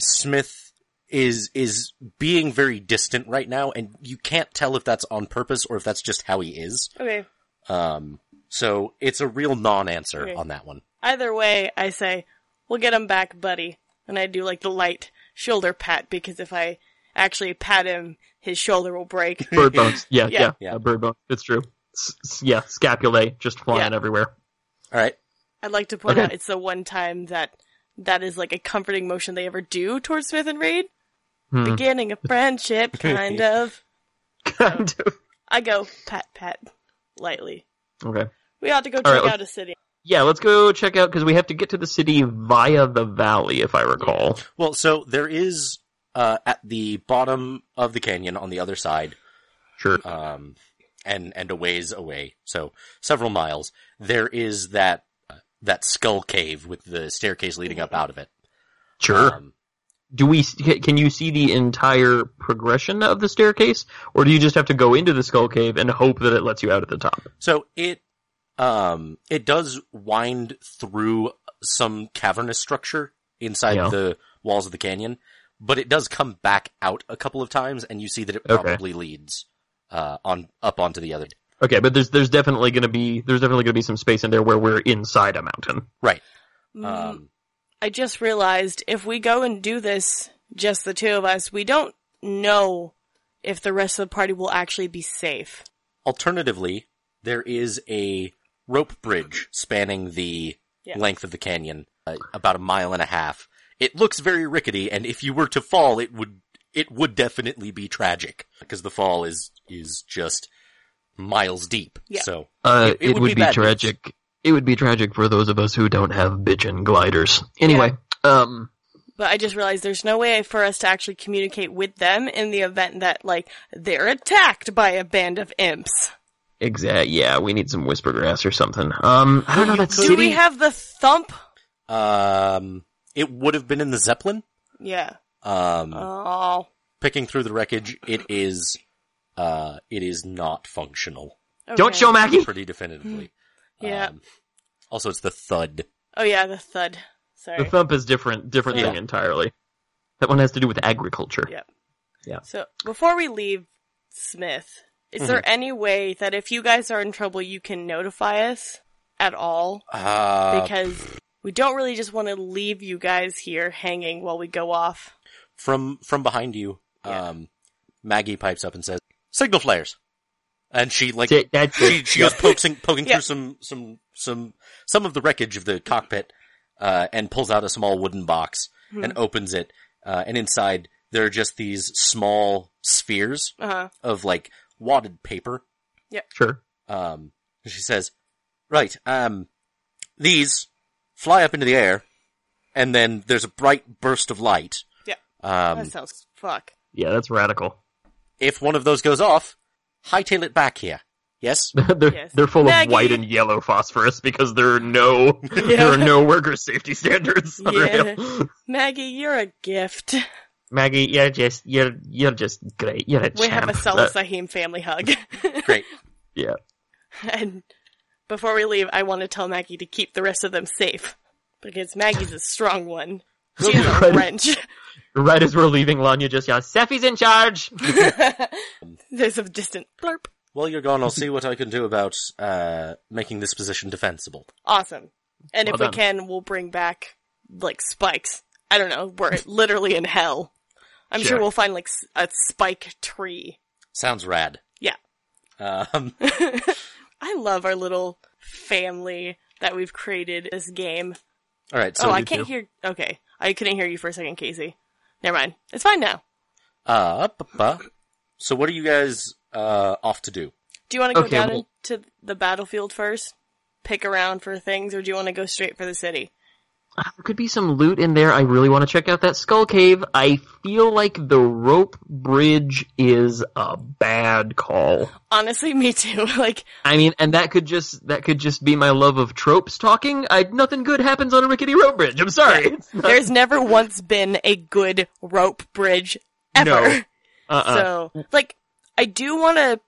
Speaker 1: Smith is is being very distant right now, and you can't tell if that's on purpose or if that's just how he is.
Speaker 2: Okay.
Speaker 1: Um. So it's a real non-answer
Speaker 2: Okay.
Speaker 1: on that one.
Speaker 2: Either way, I say we'll get him back, buddy. And I do like the light shoulder pat because if I actually pat him, his shoulder will break.
Speaker 3: Bird bones.
Speaker 2: Yeah.
Speaker 3: Yeah, yeah,
Speaker 1: Yeah.
Speaker 3: yeah. bird bones. It's true. S- s- yeah, scapulae just flying
Speaker 2: Yeah.
Speaker 3: everywhere.
Speaker 1: All right.
Speaker 2: I'd like to point
Speaker 3: Okay.
Speaker 2: out it's the one time that that is like a comforting motion they ever do towards Smith and Reed.
Speaker 3: Hmm.
Speaker 2: Beginning a friendship, kind of.
Speaker 3: Kind of.
Speaker 2: I go pat pat lightly.
Speaker 3: (laughs) Okay.
Speaker 2: We ought to go check
Speaker 3: All right, uh, let's-
Speaker 2: out a city.
Speaker 3: Yeah, let's go check out because we have to get to the city via the valley, if I recall.
Speaker 1: Well, so there is uh, at the bottom of the canyon on the other side,
Speaker 3: Sure.
Speaker 1: um, and and a ways away, so several miles. There is that that skull cave with the staircase leading
Speaker 2: Mm-hmm.
Speaker 1: up out of it.
Speaker 3: Sure.
Speaker 1: Um,
Speaker 3: do we? ca- Can you see the entire progression of the staircase, or do you just have to go into the skull cave and hope that it lets you out at the top?
Speaker 1: so it um, it does wind through some cavernous structure inside
Speaker 3: Yeah.
Speaker 1: the walls of the canyon, but it does come back out a couple of times, and you see that it
Speaker 3: Okay.
Speaker 1: probably leads uh, on up onto the other.
Speaker 3: Okay, but there's there's definitely gonna be there's definitely gonna be some space in there where we're inside a mountain.
Speaker 1: Right.
Speaker 2: Mm,
Speaker 1: Um,
Speaker 2: I just realized if we go and do this, just the two of us, we don't know if the rest of the party will actually be safe.
Speaker 1: Alternatively, there is a rope bridge spanning the
Speaker 2: Yeah.
Speaker 1: length of the canyon, uh, about a mile and a half. It looks very rickety, and if you were to fall, it would it would definitely be tragic because the fall is is just miles deep.
Speaker 2: Yeah.
Speaker 1: So
Speaker 3: Uh,
Speaker 1: It-
Speaker 3: it,
Speaker 1: it would
Speaker 3: would,
Speaker 1: be
Speaker 3: be,
Speaker 1: bad news.
Speaker 3: tragic. It would be tragic for those of us who don't have bitchin' gliders. Anyway, um,
Speaker 2: But I just realized there's no way for us to actually communicate with them in the event that, like, they're attacked by a band of imps.
Speaker 3: exact. Yeah, we need some whispergrass or something. Um, I don't know that
Speaker 2: Do
Speaker 3: city.
Speaker 2: we have the thump?
Speaker 1: um, it would have been in the zeppelin.
Speaker 2: Yeah.
Speaker 1: Um,
Speaker 2: Oh.
Speaker 1: picking through the wreckage, it is uh, it is not
Speaker 2: (laughs)
Speaker 1: functional.
Speaker 3: don't
Speaker 2: Okay.
Speaker 3: show Mackie.
Speaker 1: pretty definitively.
Speaker 2: Yeah.
Speaker 1: Um, also, it's the thud.
Speaker 2: oh yeah, the thud. Sorry.
Speaker 3: The thump is different. Different
Speaker 1: Yeah.
Speaker 3: thing entirely. That one has to do with agriculture.
Speaker 2: Yeah.
Speaker 3: Yeah.
Speaker 2: So before we leave Smith, is
Speaker 3: Mm-hmm.
Speaker 2: there any way that if you guys are in trouble, you can notify us at all?
Speaker 1: Uh,
Speaker 2: Because we don't really just want to leave you guys here hanging while we go off.
Speaker 1: from from behind you,
Speaker 2: Yeah.
Speaker 1: um, Maggie pipes up and says, "Signal flares," and she like
Speaker 3: Th- That's
Speaker 1: she
Speaker 3: it.
Speaker 1: she goes poking poking
Speaker 2: Yeah.
Speaker 1: through some some some some of the wreckage of the cockpit, uh, and pulls out a small wooden box
Speaker 2: Hmm.
Speaker 1: and opens it, uh, and inside there are just these small spheres
Speaker 2: Uh huh.
Speaker 1: of like wadded paper.
Speaker 3: (laughs) Sure.
Speaker 1: Um, she says, "Right, um, these fly up into the air, and then there's a bright burst of light.
Speaker 2: Yeah.
Speaker 1: Um,
Speaker 2: that sounds fuck.
Speaker 3: Yeah, that's radical. (laughs)
Speaker 1: if one of those goes off, hightail it back here.
Speaker 2: (laughs)
Speaker 1: Yes,
Speaker 3: they're,
Speaker 2: Yes.
Speaker 3: they're full
Speaker 2: Maggie.
Speaker 3: of white and yellow phosphorus because there
Speaker 2: (laughs)
Speaker 3: are no there are no worker safety standards. (laughs) for
Speaker 2: Yeah.
Speaker 3: real.
Speaker 2: Maggie, you're a gift. (laughs)
Speaker 3: Maggie, you're just you're you're just great. You're a
Speaker 2: We have
Speaker 3: champ.
Speaker 2: a
Speaker 3: Uh,
Speaker 2: Salasahim family hug. (laughs)
Speaker 1: great.
Speaker 3: yeah.
Speaker 2: and before we leave, I want to tell Maggie to keep the rest of them safe. Because Maggie's a strong one. She's a
Speaker 3: Right.
Speaker 2: wrench. (laughs)
Speaker 3: Right as we're leaving, Lanya just yells, "Seffy's in (laughs) charge."
Speaker 2: There's a distant blurp.
Speaker 1: While you're gone, I'll see what I can do about uh, making this position defensible.
Speaker 2: Awesome. And if
Speaker 3: Well
Speaker 2: we
Speaker 3: done.
Speaker 2: can, we'll bring back like spikes. I don't know. We're (laughs) literally in hell. I'm sure,
Speaker 3: Sure.
Speaker 2: we'll find like s- a spike tree.
Speaker 1: Sounds rad.
Speaker 2: Yeah.
Speaker 1: Um, (laughs)
Speaker 2: I love our little family that we've created this game.
Speaker 1: all right. So,
Speaker 2: oh, I
Speaker 1: you-
Speaker 2: can't
Speaker 3: too.
Speaker 2: hear. Okay, I couldn't hear you for a second, Casey. Never mind. It's fine now.
Speaker 1: uh, bu- bu- so what are you guys uh, off to do?
Speaker 2: Do you want to go
Speaker 3: Okay,
Speaker 2: down
Speaker 3: well-
Speaker 2: into the battlefield first, pick around for things, or do you want to go straight for the city?
Speaker 3: There could be some loot in there. I really want to check out that skull cave. I feel like the rope bridge is a bad call.
Speaker 2: Honestly, (laughs) me too. like,
Speaker 3: I mean, and that could just that could just be my love of tropes talking. I nothing good happens on a rickety rope bridge. I'm sorry. It's not-
Speaker 2: there's never once been a good rope bridge ever.
Speaker 3: No. (laughs) uh-uh.
Speaker 2: So, like, I do want to,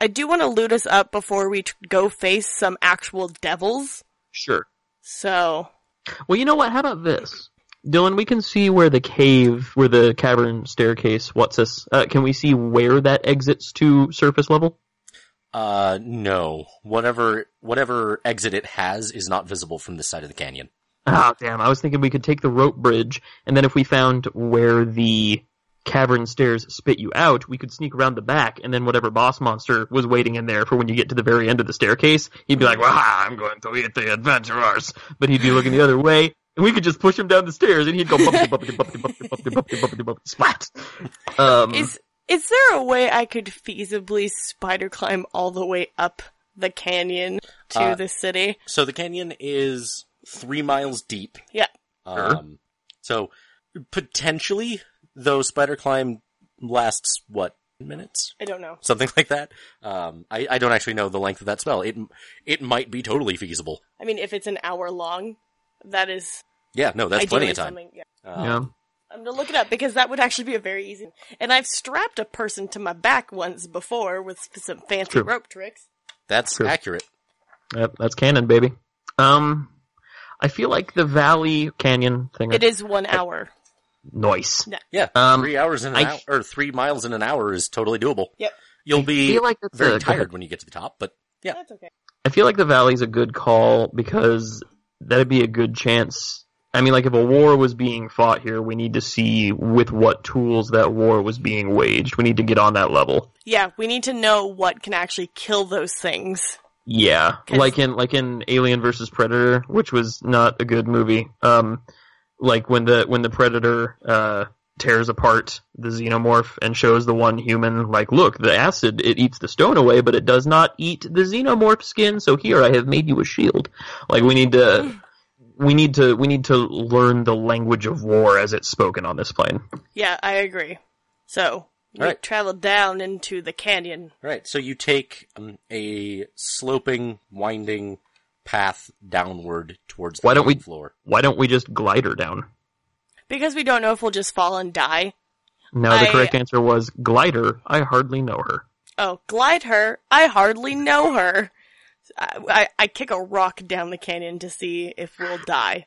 Speaker 2: I do want to loot us up before we t- go face some actual devils.
Speaker 3: Sure.
Speaker 2: So,
Speaker 3: Well, you know what? How about this, Dylan? We can see where the cave, where the cavern staircase. What's this? Uh, can we see where that exits to surface level?
Speaker 1: Uh, no. Whatever whatever exit it has is not visible from this side of the canyon.
Speaker 3: Ah, damn! I was thinking we could take the rope bridge, and then if we found where the cavern stairs spit you out, we could sneak around the back, and then whatever boss monster was waiting in there for when you get to the very end of the staircase, he'd be like, "Well, I'm going to eat the adventurers," but he'd be looking the other way. And we could just push him down the stairs, and he'd go bumpity bumpity bumpity bumpity bumpity bumpity bumpity bumpity splat. Um,
Speaker 2: is, is there a way I could feasibly spider climb all the way up the canyon to
Speaker 1: Uh,
Speaker 2: the city?
Speaker 1: So the canyon is three miles deep.
Speaker 2: Yeah.
Speaker 1: Um, so potentially, though, spider climb lasts what minutes,
Speaker 2: I don't know.
Speaker 1: something like that. Um, I, I don't actually know the length of that spell. It it might be totally feasible.
Speaker 2: I mean, if it's an hour long, that is
Speaker 1: Yeah, no, that's plenty
Speaker 2: ideally
Speaker 1: of time.
Speaker 2: something- yeah.
Speaker 1: Um,
Speaker 3: yeah.
Speaker 2: I'm gonna look it up because that would actually be a very easy. And I've strapped a person to my back once before with some fancy
Speaker 3: True.
Speaker 2: rope tricks.
Speaker 1: that's
Speaker 3: True.
Speaker 1: accurate.
Speaker 3: Yep, that's canon, baby. Um, I feel like the Valley Canyon thing.
Speaker 2: It is one hour.
Speaker 3: nice.
Speaker 1: Yeah,
Speaker 3: Um,
Speaker 1: three hours in an
Speaker 3: I-
Speaker 1: hour or three miles in an hour is totally doable.
Speaker 2: Yep.
Speaker 1: You'll
Speaker 3: I
Speaker 1: be
Speaker 3: feel like that's a,
Speaker 1: very
Speaker 3: go ahead.
Speaker 1: tired when you get to the top, but yeah,
Speaker 2: That's okay.
Speaker 3: I feel like the Valley's a good call because that'd be a good chance. I mean, like if a war was being fought here, we need to see with what tools that war was being waged. We need to get on that level.
Speaker 2: Yeah, we need to know what can actually kill those things.
Speaker 3: Yeah,
Speaker 2: 'Cause-
Speaker 3: like in like in Alien versus Predator, which was not a good movie. Um, like when the when the predator uh, tears apart the xenomorph and shows the one human like look the acid it eats the stone away but it does not eat the xenomorph skin so here i have made you a shield like we
Speaker 2: (sighs)
Speaker 3: need to we need to we need to learn the language of war as it's spoken on this plane
Speaker 2: Yeah, I agree. So we
Speaker 1: Alright.
Speaker 2: traveled down into the canyon.
Speaker 1: Right. So you take um, a sloping, winding path downward towards the
Speaker 3: Why don't we-
Speaker 1: floor.
Speaker 3: why don't we just glider down
Speaker 2: Because we don't know if we'll just fall and die.
Speaker 3: no the
Speaker 2: I-
Speaker 3: correct answer was glider i hardly know her
Speaker 2: Oh, glide her. I hardly know her. I, I, I kick a rock down the canyon to see if we'll die.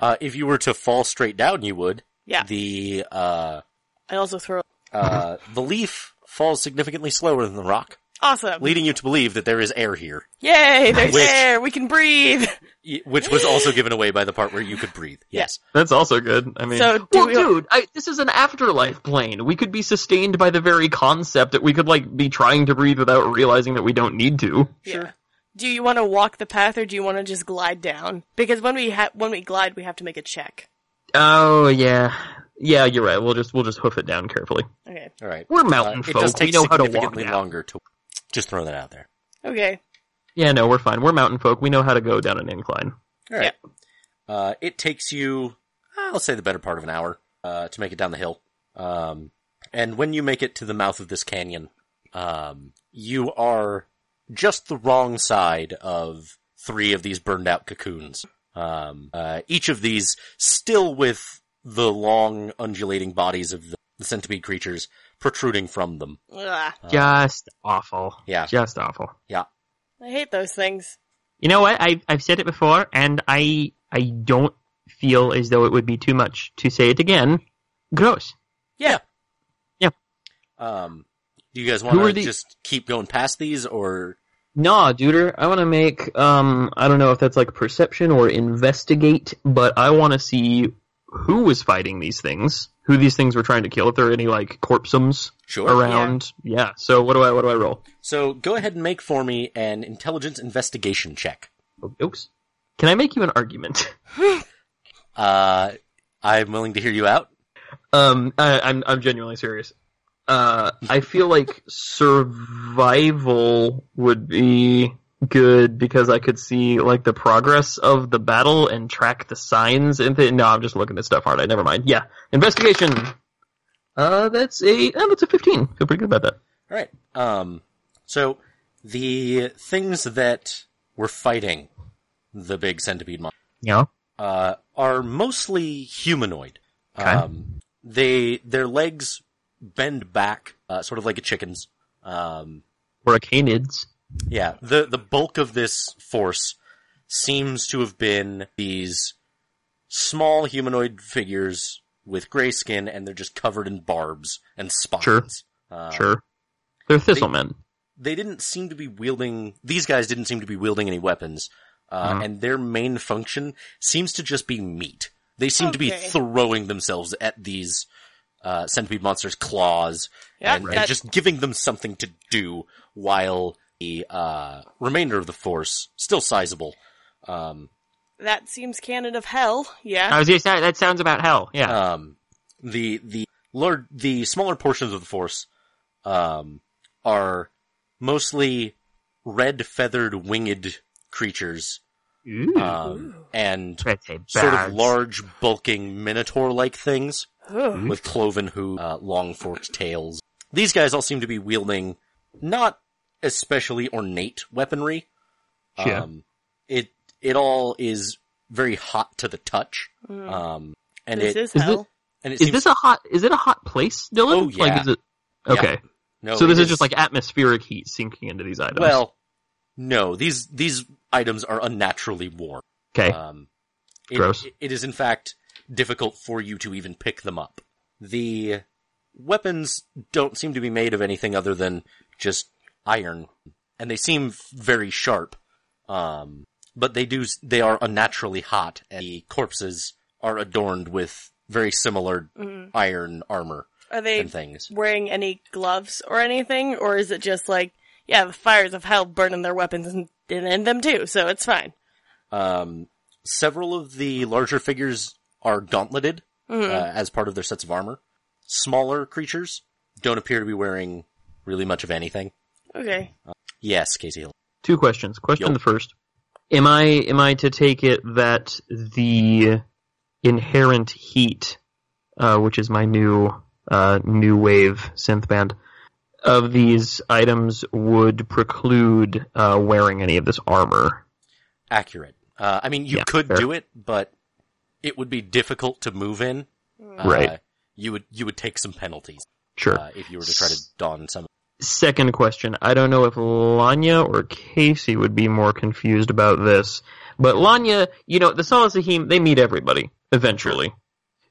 Speaker 1: Uh, if you were to fall straight down, you would.
Speaker 2: Yeah.
Speaker 1: The uh,
Speaker 2: I also throw.
Speaker 1: uh, (laughs) the leaf falls significantly slower than the rock,
Speaker 2: Awesome.
Speaker 1: leading you to believe that there is air here,
Speaker 2: Yay, there's
Speaker 1: Which-
Speaker 2: air. We can breathe.
Speaker 1: Y- which was also given away by the part where you could breathe.
Speaker 2: Yeah.
Speaker 1: Yes.
Speaker 3: that's also good i mean
Speaker 2: So do
Speaker 3: well
Speaker 2: we-
Speaker 3: dude I, this is an afterlife plane we could be sustained by the very concept that we could like be trying to breathe without realizing that we don't need to
Speaker 2: Yeah. Do you want to walk the path or do you want to just glide down? Because when we ha- when we glide, we have to make a check.
Speaker 3: Oh yeah, yeah. You're right. We'll just we'll just hoof it down carefully.
Speaker 2: Okay.
Speaker 1: All right.
Speaker 3: We're mountain
Speaker 1: Uh, it
Speaker 3: folk.
Speaker 1: does take
Speaker 3: we know how to walk.
Speaker 1: significantly
Speaker 3: now.
Speaker 1: longer to. Just throw that out there.
Speaker 2: Okay.
Speaker 3: Yeah, no, we're fine. We're mountain folk. We know how to go down an incline.
Speaker 1: All right. Uh, it takes you, uh, let's say, the better part of an hour uh, to make it down the hill. Um, and when you make it to the mouth of this canyon, um, you are just the wrong side of three of these burned out cocoons. Um, uh, each of these still with the long undulating bodies of the, the centipede creatures protruding from them.
Speaker 2: Ugh.
Speaker 3: just awful.
Speaker 1: Yeah.
Speaker 3: just awful.
Speaker 2: I hate those things.
Speaker 3: You know what? I've I've said it before, and I I don't feel as though it would be too much to say it again. Gross.
Speaker 2: Yeah.
Speaker 1: Um, do you guys
Speaker 3: Who
Speaker 1: want
Speaker 3: are
Speaker 1: to
Speaker 3: the-
Speaker 1: just keep going past these or?
Speaker 3: Nah, duder. I want to make um I don't know if that's like perception or investigate, but I want to see who was fighting these things, who these things were trying to kill. If there are any like corpsums
Speaker 1: Sure.
Speaker 3: around, yeah. So what do I what do I roll?
Speaker 1: So go ahead and make for me an intelligence investigation check.
Speaker 3: Oops. Can I make you an argument? (laughs)
Speaker 1: Uh, I'm willing to hear you out.
Speaker 3: Um, I, I'm I'm genuinely serious. Uh, I feel like survival would be good because I could see like the progress of the battle and track the signs and thi- No, I'm just looking at stuff hard. I never mind. Yeah, investigation. Uh, that's a oh, that's a 15. Feel pretty good about that.
Speaker 1: All right. Um, so the things that were fighting the big centipede monster
Speaker 3: Yeah.
Speaker 1: uh, are mostly humanoid.
Speaker 3: Okay.
Speaker 1: Um, they their legs bend back, uh, sort of like a chicken's. Um,
Speaker 3: Or a canids.
Speaker 1: Yeah, the the bulk of this force seems to have been these small humanoid figures with gray skin, and they're just covered in barbs and spines.
Speaker 3: Sure.
Speaker 1: Uh,
Speaker 3: Sure. They're thistlemen.
Speaker 1: They didn't seem to be wielding. These guys didn't seem to be wielding any weapons, uh,
Speaker 3: Mhm.
Speaker 1: and their main function seems to just be meat. They seem to be
Speaker 2: Okay.
Speaker 1: throwing themselves at these uh, centipede monsters' claws
Speaker 2: Yeah.
Speaker 1: and, and
Speaker 2: that-
Speaker 1: just giving them something to do while the uh, remainder of the force, still sizable, um,
Speaker 2: That seems canon of hell. Yeah.
Speaker 3: was just that sounds about hell. Yeah.
Speaker 1: um, the the large, the smaller portions of the force um, are mostly red feathered winged creatures um, and sort of large bulking minotaur like things.
Speaker 3: Mm-hmm.
Speaker 2: Ugh.
Speaker 1: with cloven hooves, uh, long forked tails. These guys all seem to be wielding not especially ornate weaponry.
Speaker 3: Yeah.
Speaker 1: Um, it it all is very hot to the touch. Um, and
Speaker 2: Mm. this
Speaker 1: it
Speaker 2: is
Speaker 3: is
Speaker 2: hell.
Speaker 3: it-
Speaker 1: and it
Speaker 3: Is
Speaker 1: seems,
Speaker 3: this a hot? Is it a hot place, Dylan?
Speaker 1: Oh,
Speaker 3: Like,
Speaker 1: yeah.
Speaker 3: is it?
Speaker 1: Yeah.
Speaker 3: Okay.
Speaker 1: no,
Speaker 3: so this
Speaker 1: Oh, it
Speaker 3: is just like atmospheric heat sinking into these items.
Speaker 1: well, no these these items are unnaturally warm.
Speaker 3: okay.
Speaker 1: Um, it-
Speaker 3: Gross.
Speaker 1: it is in fact difficult for you to even pick them up. The weapons don't seem to be made of anything other than just iron, and they seem very sharp. Um, but they do they are unnaturally hot, and the corpses are adorned with very similar iron armor
Speaker 2: Are they
Speaker 1: and things.
Speaker 2: wearing any gloves or anything, or is it just like, yeah, the fires of hell burning their weapons and, and end them too, so it's fine.
Speaker 1: Um, several of the larger figures are gauntleted
Speaker 2: Mm-hmm.
Speaker 3: Mm-hmm.
Speaker 1: uh, as part of their sets of armor. Smaller creatures don't appear to be wearing really much of anything.
Speaker 2: Okay.
Speaker 1: Yes, Casey. Hill.
Speaker 3: Two questions. Question
Speaker 1: Yo.
Speaker 3: the first. Am I am I to take it that the inherent heat, uh, which is my new uh, new wave synth band, of these items would preclude uh, wearing any of this armor?
Speaker 1: Accurate. Uh, I mean, you
Speaker 3: Yeah,
Speaker 1: could
Speaker 3: fair.
Speaker 1: do it, but it would be difficult to move in. Uh,
Speaker 3: Mm. Right.
Speaker 1: You would you would take some penalties
Speaker 3: Sure.
Speaker 1: uh, if you were to try to don some.
Speaker 3: Second question. I don't know if Lanya or Casey would be more confused about this, but Lanya, you know, the Salazahim, they meet everybody eventually.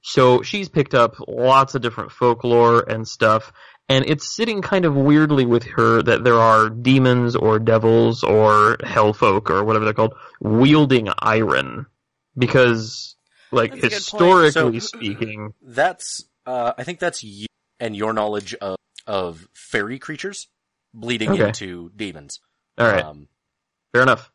Speaker 3: So she's picked up lots of different folklore and stuff, and it's sitting kind of weirdly with her that there are demons or devils or hellfolk or whatever they're called wielding iron because like
Speaker 2: That's a good point.
Speaker 3: historically
Speaker 1: So-
Speaker 3: speaking,
Speaker 1: That's uh, I think that's you and your knowledge of of fairy creatures bleeding
Speaker 3: Okay.
Speaker 1: into demons.
Speaker 3: all right,
Speaker 1: Um,
Speaker 3: fair enough.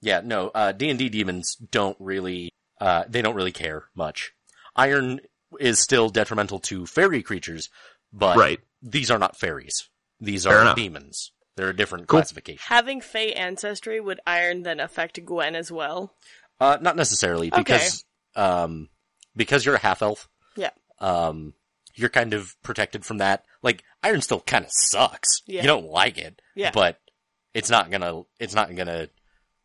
Speaker 1: Yeah, no, uh, D&D demons don't really, uh, they don't really care much. Iron is still detrimental to fairy creatures, but
Speaker 3: Right.
Speaker 1: these are not fairies. These
Speaker 3: Fair
Speaker 1: are
Speaker 3: enough.
Speaker 1: demons. They're a different
Speaker 3: Cool.
Speaker 1: classification.
Speaker 2: Having Fey ancestry would Iron then affect Gwen as well?
Speaker 1: Uh, not necessarily,
Speaker 2: Okay.
Speaker 1: because, um, because you're a half-elf,
Speaker 2: Yeah.
Speaker 1: um, you're kind of protected from that. Like, iron still kind of sucks.
Speaker 2: Yeah.
Speaker 1: You don't like it.
Speaker 2: Yeah.
Speaker 1: But it's not gonna, it's not gonna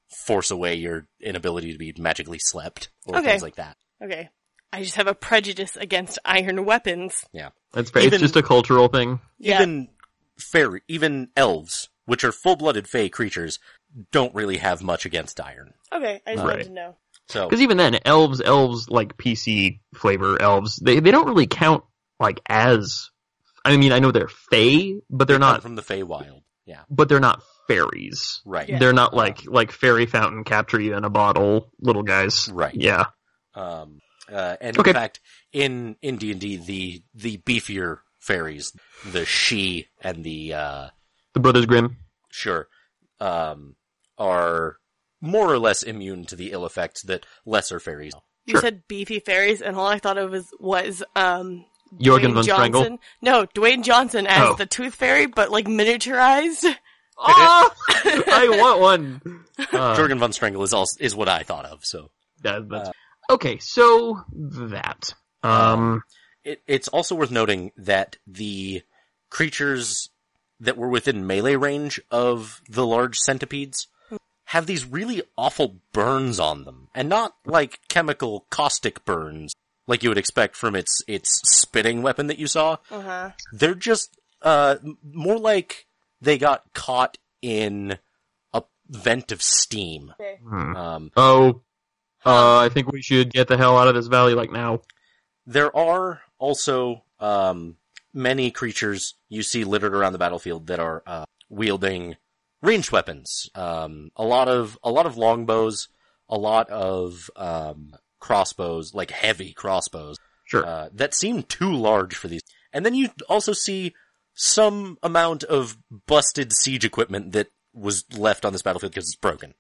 Speaker 1: force away your inability to be magically slept or
Speaker 2: Okay.
Speaker 1: things like that.
Speaker 2: Okay. I just have a prejudice against iron weapons.
Speaker 1: Yeah.
Speaker 3: That's fair.
Speaker 1: Even-
Speaker 3: it's just a cultural thing.
Speaker 2: Yeah.
Speaker 1: even fairy, even elves, which are full-blooded fey creatures, don't really have much against iron.
Speaker 2: okay. I just
Speaker 3: Right.
Speaker 2: wanted to know.
Speaker 1: So
Speaker 3: Because even then, elves, elves like PC flavor elves, they they don't really count like as. I mean, I know they're fey, but they're
Speaker 1: come
Speaker 3: not.
Speaker 1: from the fey wild. Yeah,
Speaker 3: But they're not fairies.
Speaker 1: right,
Speaker 2: Yeah.
Speaker 3: They're not like like fairy fountain capture you in a bottle, little guys.
Speaker 1: right.
Speaker 3: Yeah.
Speaker 1: Um, uh, and
Speaker 3: Okay.
Speaker 1: in fact, in in D and D, the the beefier fairies, the she and the uh,
Speaker 3: The Brothers Grimm.
Speaker 1: sure, um, are more or less immune to the ill effects that lesser fairies.
Speaker 2: You
Speaker 3: Sure.
Speaker 2: said beefy fairies, and all I thought of was was um.
Speaker 3: Jorgen
Speaker 2: Dwayne
Speaker 3: von Strangle.
Speaker 2: Johnson. No, Dwayne Johnson as
Speaker 3: Oh.
Speaker 2: the Tooth Fairy, but like miniaturized.
Speaker 3: Ah! I want one.
Speaker 1: (laughs)
Speaker 3: Uh,
Speaker 1: Jorgen Uh. von Strangle is also is what I thought of. So
Speaker 3: that- that's- okay, so that. Um,
Speaker 1: it, it's also worth noting that the creatures that were within melee range of the large centipedes have these really awful burns on them, and not like chemical caustic burns like you would expect from its its spitting weapon that you saw.
Speaker 2: Uh huh.
Speaker 1: They're just uh m- more like they got caught in a vent of steam.
Speaker 2: Okay.
Speaker 3: hmm.
Speaker 1: Um,
Speaker 3: Oh, uh, I think we should get the hell out of this valley like now.
Speaker 1: there are also um, many creatures you see littered around the battlefield that are uh, wielding ranged weapons. Um, a lot of a lot of longbows, a lot of um, crossbows, like heavy crossbows
Speaker 3: Sure.
Speaker 1: uh, that seem too large for these. And then you also see some amount of busted siege equipment that was left on this battlefield because it's broken.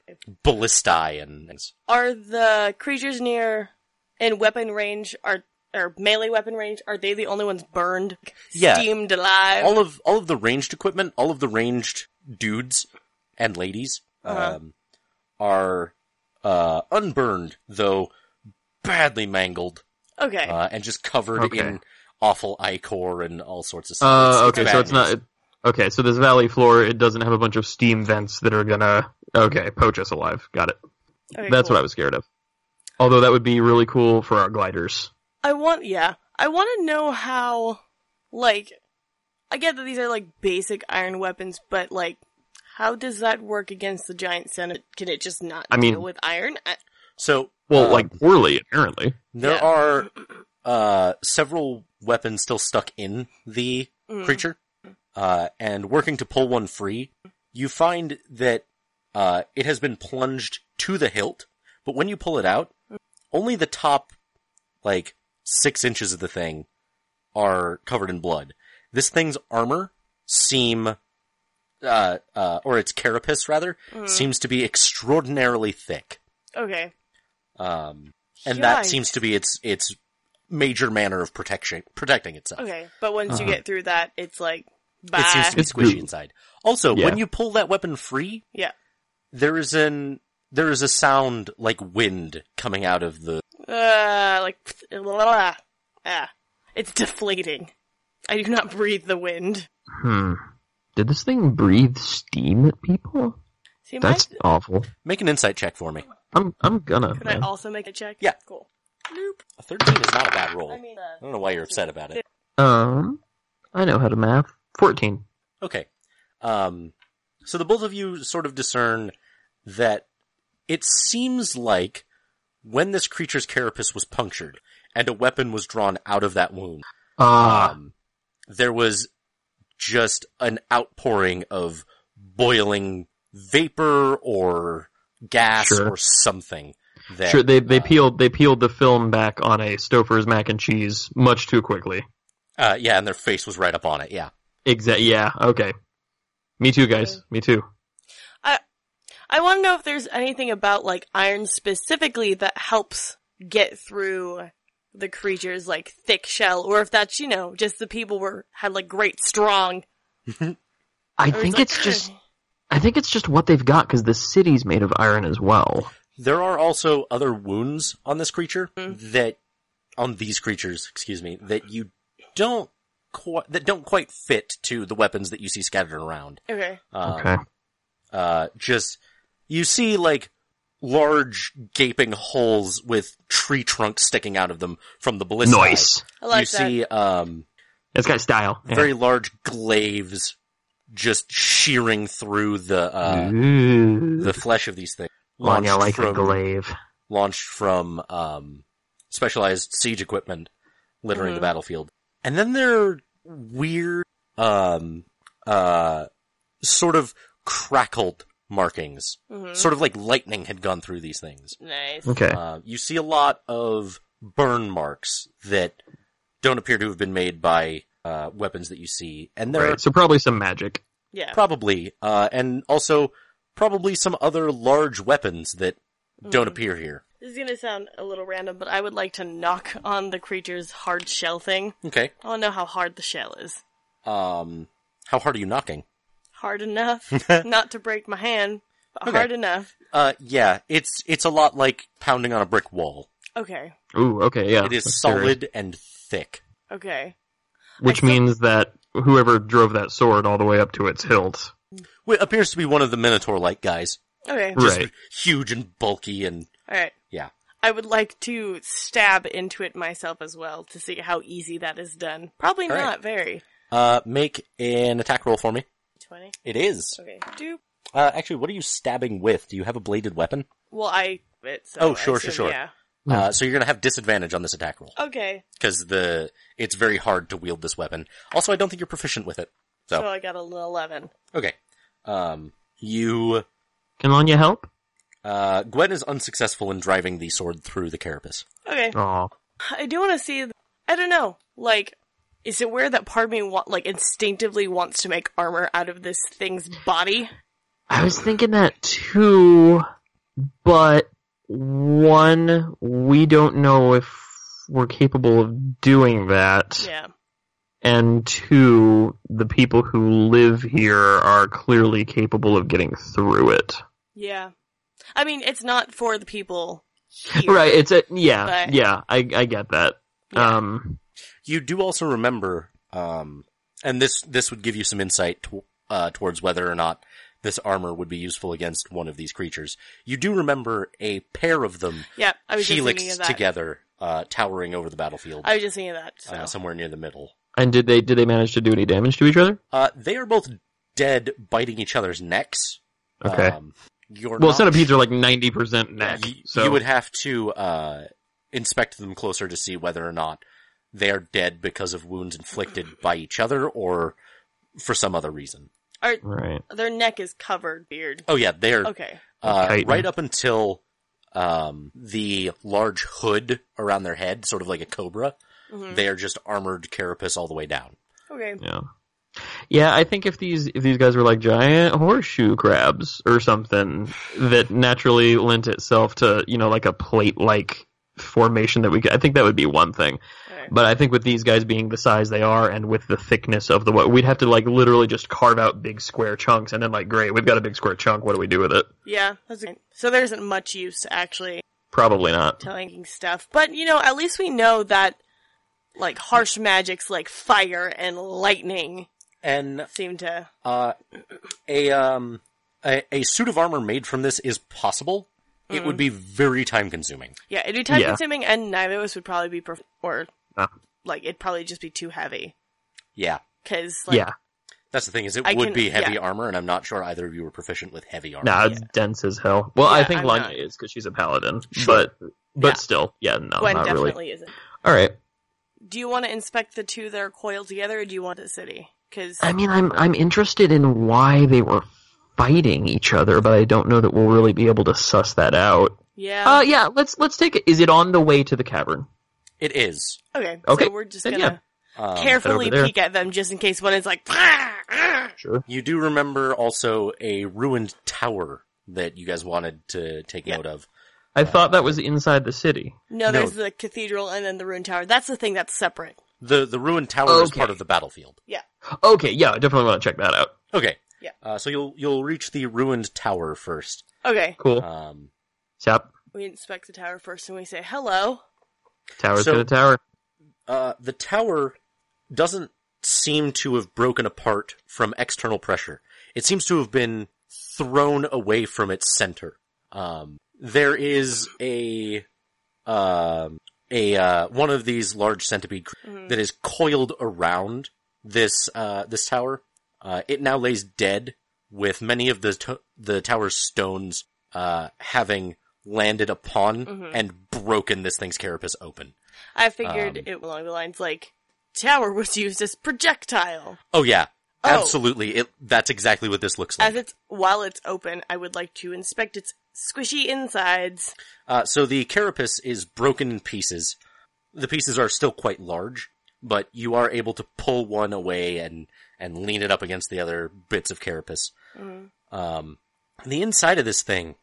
Speaker 1: Ballistae and things.
Speaker 2: Are the creatures near in weapon range are or melee weapon range? Are they the only ones burned,
Speaker 1: Yeah.
Speaker 2: steamed alive?
Speaker 1: all of all of the ranged equipment, all of the ranged dudes and ladies
Speaker 2: Uh-huh.
Speaker 1: um, are uh, unburned, though badly mangled,
Speaker 3: Oh.
Speaker 2: okay.
Speaker 1: uh, and just covered
Speaker 3: Okay.
Speaker 1: in awful ichor and all sorts of stuff.
Speaker 3: Uh, okay,
Speaker 1: bad
Speaker 3: so it's
Speaker 1: news.
Speaker 3: not. it- Okay, so this valley floor, it doesn't have a bunch of steam vents that are gonna, okay, poach us alive. Got it.
Speaker 2: okay
Speaker 3: That's
Speaker 2: cool.
Speaker 3: what I was scared of. Although that would be really cool for our gliders.
Speaker 2: I want, yeah. I want to know how, like, I get that these are like basic iron weapons, but like, how does that work against the giant senate? Can it just not
Speaker 3: I mean-
Speaker 2: deal with iron? I,
Speaker 1: So
Speaker 3: Well,
Speaker 1: uh,
Speaker 3: like, poorly, apparently.
Speaker 1: there
Speaker 2: yeah.
Speaker 1: are uh, several weapons still stuck in the
Speaker 2: mm,
Speaker 1: creature, uh, and working to pull one free, you find that uh, it has been plunged to the hilt. But when you pull it out, only the top, like six inches of the thing, are covered in blood. This thing's armor seem, uh, uh, or its carapace rather,
Speaker 2: Mm.
Speaker 1: seems to be extraordinarily thick.
Speaker 2: Okay.
Speaker 1: Um, and that
Speaker 2: Right.
Speaker 1: seems to be its its major manner of protection protecting itself.
Speaker 2: Okay, but once you
Speaker 3: Uh-huh.
Speaker 2: get through that, it's like bye.
Speaker 1: It seems to be
Speaker 3: It's
Speaker 1: squishy
Speaker 3: goo.
Speaker 1: inside. Also,
Speaker 3: Yeah.
Speaker 1: when you pull that weapon free,
Speaker 2: yeah.
Speaker 1: there is an there is a sound like wind coming out of the
Speaker 2: Uh, like (laughs) blah, blah, blah. ah, it's deflating. I do not breathe the wind.
Speaker 3: Hmm. Did this thing breathe steam at people?
Speaker 2: See, my,
Speaker 3: That's awful.
Speaker 1: Make an insight check for me.
Speaker 3: I'm I'm gonna.
Speaker 2: could I
Speaker 3: man.
Speaker 2: also make a check?
Speaker 1: Yeah.
Speaker 2: cool.
Speaker 1: A thirteen is not a bad roll.
Speaker 2: I
Speaker 1: I
Speaker 2: mean, uh,
Speaker 1: don't know why you're upset about it.
Speaker 3: Um, I know how to math. Fourteen.
Speaker 1: Okay. Um, so the both of you sort of discern that it seems like when this creature's carapace was punctured and a weapon was drawn out of that wound,
Speaker 3: Ah,
Speaker 1: um, there was just an outpouring of boiling vapor or gas
Speaker 3: Sure.
Speaker 1: or something. That,
Speaker 3: sure. They they
Speaker 1: uh,
Speaker 3: peeled they peeled the film back on a Stouffer's mac and cheese much too quickly.
Speaker 1: Uh, yeah, and their face was right up on it. Yeah.
Speaker 3: Exact. Yeah. Okay. Me too, guys. Me too.
Speaker 2: I want to know if there's anything about like iron specifically that helps get through the creature's like thick shell, or if that's you know just the people were had like great strong.
Speaker 3: I
Speaker 2: or
Speaker 3: think
Speaker 2: like,
Speaker 3: it's just I think it's just what they've got because the city's made of iron as well.
Speaker 1: There are also other wounds on this creature that, on these creatures, excuse me, that you don't quite, that don't quite fit to the weapons that you see scattered around.
Speaker 2: (clears throat) okay.
Speaker 1: Um,
Speaker 3: Okay.
Speaker 1: Uh, just, you see like large gaping holes with tree trunks sticking out of them from the ballistae.
Speaker 3: Nice.
Speaker 2: I like
Speaker 1: you
Speaker 2: that.
Speaker 1: see, um,
Speaker 3: It's got style. Yeah.
Speaker 1: very large glaives just shearing through the, uh,
Speaker 3: Mm-hmm. Ooh.
Speaker 1: the flesh of these things.
Speaker 3: Lanya
Speaker 1: Launched
Speaker 3: like a
Speaker 1: from-
Speaker 3: glaive.
Speaker 1: launched from um, specialized siege equipment littering the
Speaker 2: Mhm.
Speaker 1: battlefield. And then there are weird, um, uh, sort of crackled markings,
Speaker 2: Mhm.
Speaker 1: Mm-hmm. sort of like lightning had gone through these things.
Speaker 2: Nice.
Speaker 3: Okay.
Speaker 1: Uh, you see a lot of burn marks that don't appear to have been made by uh, weapons that you see, and there are
Speaker 3: right. So probably some magic.
Speaker 2: Yeah.
Speaker 1: probably, uh, and also probably some other large weapons that don't appear here.
Speaker 2: This is gonna sound a little random, but I would like to knock on the creature's hard shell thing.
Speaker 1: Okay.
Speaker 2: I want to know how hard the shell is.
Speaker 1: Um, how hard are you knocking? (laughs)
Speaker 2: Hard enough not to break my hand, but
Speaker 1: Okay.
Speaker 2: hard enough.
Speaker 1: Uh, yeah, it's it's a lot like pounding on a brick wall.
Speaker 2: Okay,
Speaker 3: Ooh. Okay. Yeah.
Speaker 1: It is
Speaker 3: Oh, That's serious.
Speaker 1: solid and thick.
Speaker 2: okay.
Speaker 3: which
Speaker 2: I still-
Speaker 3: means that whoever drove that sword all the way up to its hilt,
Speaker 1: It appears to be one of the Minotaur-like guys,
Speaker 2: Okay.
Speaker 3: right?
Speaker 1: huge and bulky, and
Speaker 2: Alright.
Speaker 1: Yeah.
Speaker 2: I would like to stab into it myself as well to see how easy that is done. Probably
Speaker 1: All right.
Speaker 2: not very.
Speaker 1: uh, make an attack roll for me.
Speaker 2: 20.
Speaker 1: It is.
Speaker 2: Okay. Do
Speaker 1: Uh, actually, what are you stabbing with? Do you have a bladed weapon?
Speaker 2: Well, I. It, so
Speaker 1: Oh,
Speaker 2: I
Speaker 1: sure, sure,
Speaker 2: assume-
Speaker 1: sure.
Speaker 2: Yeah.
Speaker 3: No.
Speaker 1: Uh, so you're gonna have disadvantage on this attack roll
Speaker 2: Okay.
Speaker 1: because the it's very hard to wield this weapon. Also, I don't think you're proficient with it. So.
Speaker 2: So, I got an 11.
Speaker 1: Okay. Um, you
Speaker 3: Can Lanya help?
Speaker 1: uh, Gwen is unsuccessful in driving the sword through the carapace.
Speaker 2: Okay.
Speaker 3: Oh,
Speaker 2: I do want to see. I don't know. Like, is it weird that part of me wa- like instinctively wants to make armor out of this thing's body?
Speaker 3: I was thinking that too, but one, we don't know if we're capable of doing that,
Speaker 2: Yeah.
Speaker 3: and two, the people who live here are clearly capable of getting through it.
Speaker 2: Yeah. I mean, it's not for the people.
Speaker 1: (laughs)
Speaker 2: Here.
Speaker 3: Right? It's a yeah,
Speaker 2: But-
Speaker 3: yeah. I I get that.
Speaker 2: Yeah.
Speaker 3: Um,
Speaker 1: You do also remember, um, and this this would give you some insight to, uh, towards whether or not this armor would be useful against one of these creatures. You do remember a pair of them
Speaker 2: Yeah. I was just thinking of
Speaker 1: helixed
Speaker 2: that.
Speaker 1: together, uh, towering over the battlefield,
Speaker 2: I was just thinking of that. So.
Speaker 1: uh, somewhere near the middle.
Speaker 3: and did they did they manage to do any damage to each other?
Speaker 1: Uh, they are both dead, biting each other's necks.
Speaker 3: Okay.
Speaker 1: Um, you're
Speaker 3: Well,
Speaker 1: not
Speaker 3: centipedes are like ninety percent neck.
Speaker 1: Y-
Speaker 3: so
Speaker 1: You would have to uh, inspect them closer to see whether or not they are dead because of wounds inflicted by each other or for some other reason.
Speaker 2: Are-
Speaker 3: right.
Speaker 2: their neck is covered beard.
Speaker 1: Oh yeah, they're
Speaker 2: Okay.
Speaker 1: uh,
Speaker 3: Chitin.
Speaker 1: right up until um, the large hood around their head, sort of like a cobra.
Speaker 2: Mhm.
Speaker 1: They are just armored carapace all the way down.
Speaker 2: Okay.
Speaker 3: Yeah. Yeah, I think if these if these guys were like giant horseshoe crabs or something that naturally lent itself to you know like a plate like formation that we could. I think that would be one thing.
Speaker 2: Alright.
Speaker 3: But I think with these guys being the size they are and with the thickness of the what we'd have to like literally just carve out big square chunks and then like great, we've got a big square chunk, what do we do with it?
Speaker 2: Yeah, that's a, so there isn't much use actually
Speaker 3: Probably not.
Speaker 2: telling stuff, but you know, at least we know that like harsh magics like fire and lightning
Speaker 1: And
Speaker 2: seem to.
Speaker 1: uh, a um a, a suit of armor made from this is possible. It would be very time consuming.
Speaker 2: Yeah, it'd be time
Speaker 3: Yeah.
Speaker 2: consuming, and neither of us would probably be perf- or
Speaker 3: Uh,
Speaker 2: like it'd probably just be too heavy
Speaker 1: Yeah.
Speaker 2: because like
Speaker 3: yeah.
Speaker 1: That's the thing is it
Speaker 2: I
Speaker 1: would
Speaker 2: can-
Speaker 1: be heavy
Speaker 2: yeah.
Speaker 1: armor, and I'm not sure either of you are proficient with heavy armor.
Speaker 3: Nah, it's dense as hell. Well, I
Speaker 2: Yeah,
Speaker 3: think
Speaker 2: I'm
Speaker 3: Lanya
Speaker 2: not.
Speaker 3: is because she's a paladin.
Speaker 1: Sure.
Speaker 3: But but
Speaker 2: Yeah.
Speaker 3: still, yeah, no,
Speaker 2: Gwen
Speaker 3: Oh, not
Speaker 2: definitely
Speaker 3: really.
Speaker 2: isn't.
Speaker 3: All right.
Speaker 2: Do you want to inspect the two that are coiled together, or do you want the city? Because
Speaker 3: I mean, I'm I'm interested in why they were fighting each other, but I don't know that we'll really be able to suss that out.
Speaker 2: yeah,
Speaker 3: Uh, yeah, let's let's take it. Is it on the way to the cavern?
Speaker 1: It is.
Speaker 2: okay,
Speaker 3: okay,
Speaker 2: so we're just
Speaker 3: then
Speaker 2: gonna
Speaker 1: Um,
Speaker 2: carefully
Speaker 3: Over there.
Speaker 2: peek at them just in case one is like.
Speaker 3: Sure.
Speaker 1: You do remember also a ruined tower that you guys wanted to take note of.
Speaker 3: I thought that was inside the city.
Speaker 2: No, there's the cathedral and then the ruined tower. That's the thing that's separate.
Speaker 1: The the ruined tower is
Speaker 3: Okay.
Speaker 1: part of the battlefield.
Speaker 2: Yeah.
Speaker 3: Okay, yeah, I definitely want to check that out.
Speaker 1: Okay.
Speaker 2: Yeah.
Speaker 1: Uh, so you'll you'll reach the ruined tower first.
Speaker 2: Okay.
Speaker 3: Cool.
Speaker 1: Um,
Speaker 3: Tap
Speaker 2: We inspect the tower first and we say hello.
Speaker 3: towers
Speaker 1: so-
Speaker 3: to the tower.
Speaker 1: uh, the tower doesn't seem to have broken apart from external pressure. It seems to have been thrown away from its center. Um, there is a um a uh, one of these large centipede cr- that is coiled around this uh, this tower. Uh, it now lays dead, with many of the to- the tower's stones uh, having landed upon and broken this thing's carapace open.
Speaker 2: I figured
Speaker 1: Um,
Speaker 2: it along the lines like tower was used as projectile.
Speaker 1: Oh yeah,
Speaker 2: Oh.
Speaker 1: absolutely. It that's exactly what this looks like.
Speaker 2: As it's while it's open, I would like to inspect its squishy insides.
Speaker 1: Uh, so the carapace is broken in pieces. The pieces are still quite large, but you are able to pull one away and and lean it up against the other bits of carapace. Um, and the inside of this thing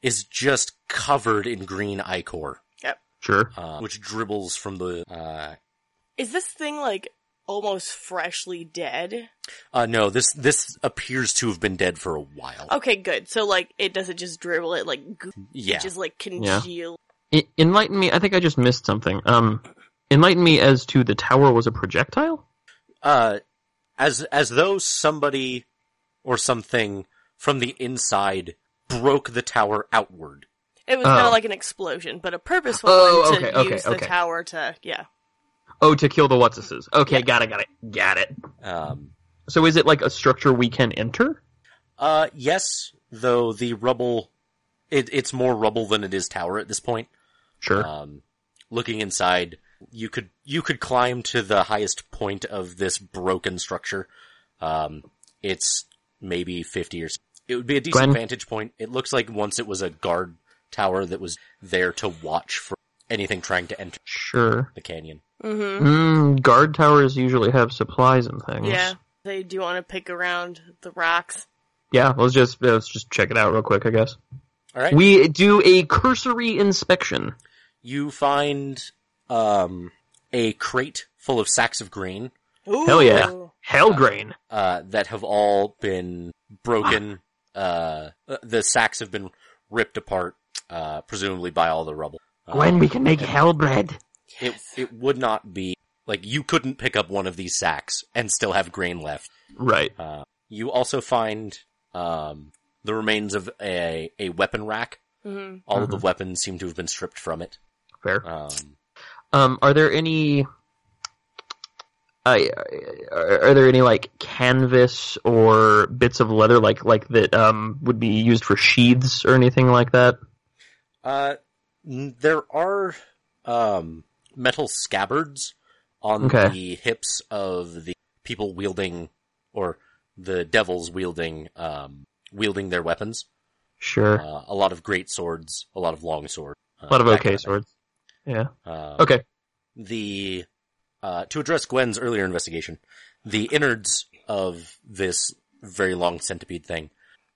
Speaker 1: is just covered in green ichor,
Speaker 2: Yep.
Speaker 3: Sure.
Speaker 1: uh, which dribbles from the. Uh,
Speaker 2: Is this thing like almost freshly dead?
Speaker 1: uh, no, this this appears to have been dead for a while.
Speaker 2: Okay, good. So like it doesn't just dribble; it like goo-
Speaker 1: yeah,
Speaker 2: just like congeal.
Speaker 3: I- E, enlighten me. I think I just missed something. Um, enlighten me as to the tower was a projectile.
Speaker 1: uh, as as though somebody or something from the inside broke the tower outward.
Speaker 2: It was kind
Speaker 3: Oh.
Speaker 2: of like an explosion, but a purposeful
Speaker 3: Oh,
Speaker 2: one to
Speaker 3: okay, okay,
Speaker 2: use the
Speaker 3: okay.
Speaker 2: tower to yeah.
Speaker 3: Oh, to kill the Whatsuses. Okay, got it, got it, got it.
Speaker 1: Um,
Speaker 3: So is it like a structure we can enter?
Speaker 1: uh, yes, though the rubble, it, it's more rubble than it is tower at this point.
Speaker 3: Sure.
Speaker 1: Um, looking inside, you could you could climb to the highest point of this broken structure. Um, it's maybe fifty or. So. It would be a decent
Speaker 3: Gwen?
Speaker 1: vantage point. It looks like once it was a guard tower that was there to watch for anything trying to enter
Speaker 3: sure.
Speaker 1: the canyon.
Speaker 3: Mm, guard towers usually have supplies and things.
Speaker 2: Yeah, they do want to pick around the rocks.
Speaker 3: Yeah. Let's just uh, let's just check it out real quick. I guess
Speaker 1: All right,
Speaker 3: we do a cursory inspection.
Speaker 1: you find um, a crate full of sacks of grain
Speaker 2: Ooh.
Speaker 3: Hell yeah. Hell grain.
Speaker 1: uh, that have all been broken. Uh, the sacks have been ripped apart, uh, presumably by all the rubble. Uh,
Speaker 3: Gwen, Oh. we can make hell bread.
Speaker 1: it it would not be like you couldn't pick up one of these sacks and still have grain left.
Speaker 3: Right.
Speaker 1: Uh, you also find um, the remains of a a weapon rack.
Speaker 2: Mhm.
Speaker 1: All of the weapons seem to have been stripped from it.
Speaker 3: Fair.
Speaker 1: Um,
Speaker 3: Um, are there any? I are, are there any like canvas or bits of leather like like that um would be used for sheaths or anything like that?
Speaker 1: Uh, n- there are um, metal scabbards on
Speaker 3: Okay.
Speaker 1: the hips of the people wielding, or the devils wielding, um, wielding their weapons.
Speaker 3: Sure.
Speaker 1: Uh, a lot of great swords, a lot of long swords, uh,
Speaker 3: a lot of
Speaker 1: that
Speaker 3: okay
Speaker 1: kind
Speaker 3: swords. Yeah.
Speaker 1: thing. Uh,
Speaker 3: Okay.
Speaker 1: The uh, to address Gwen's earlier investigation, the innards of this very long centipede thing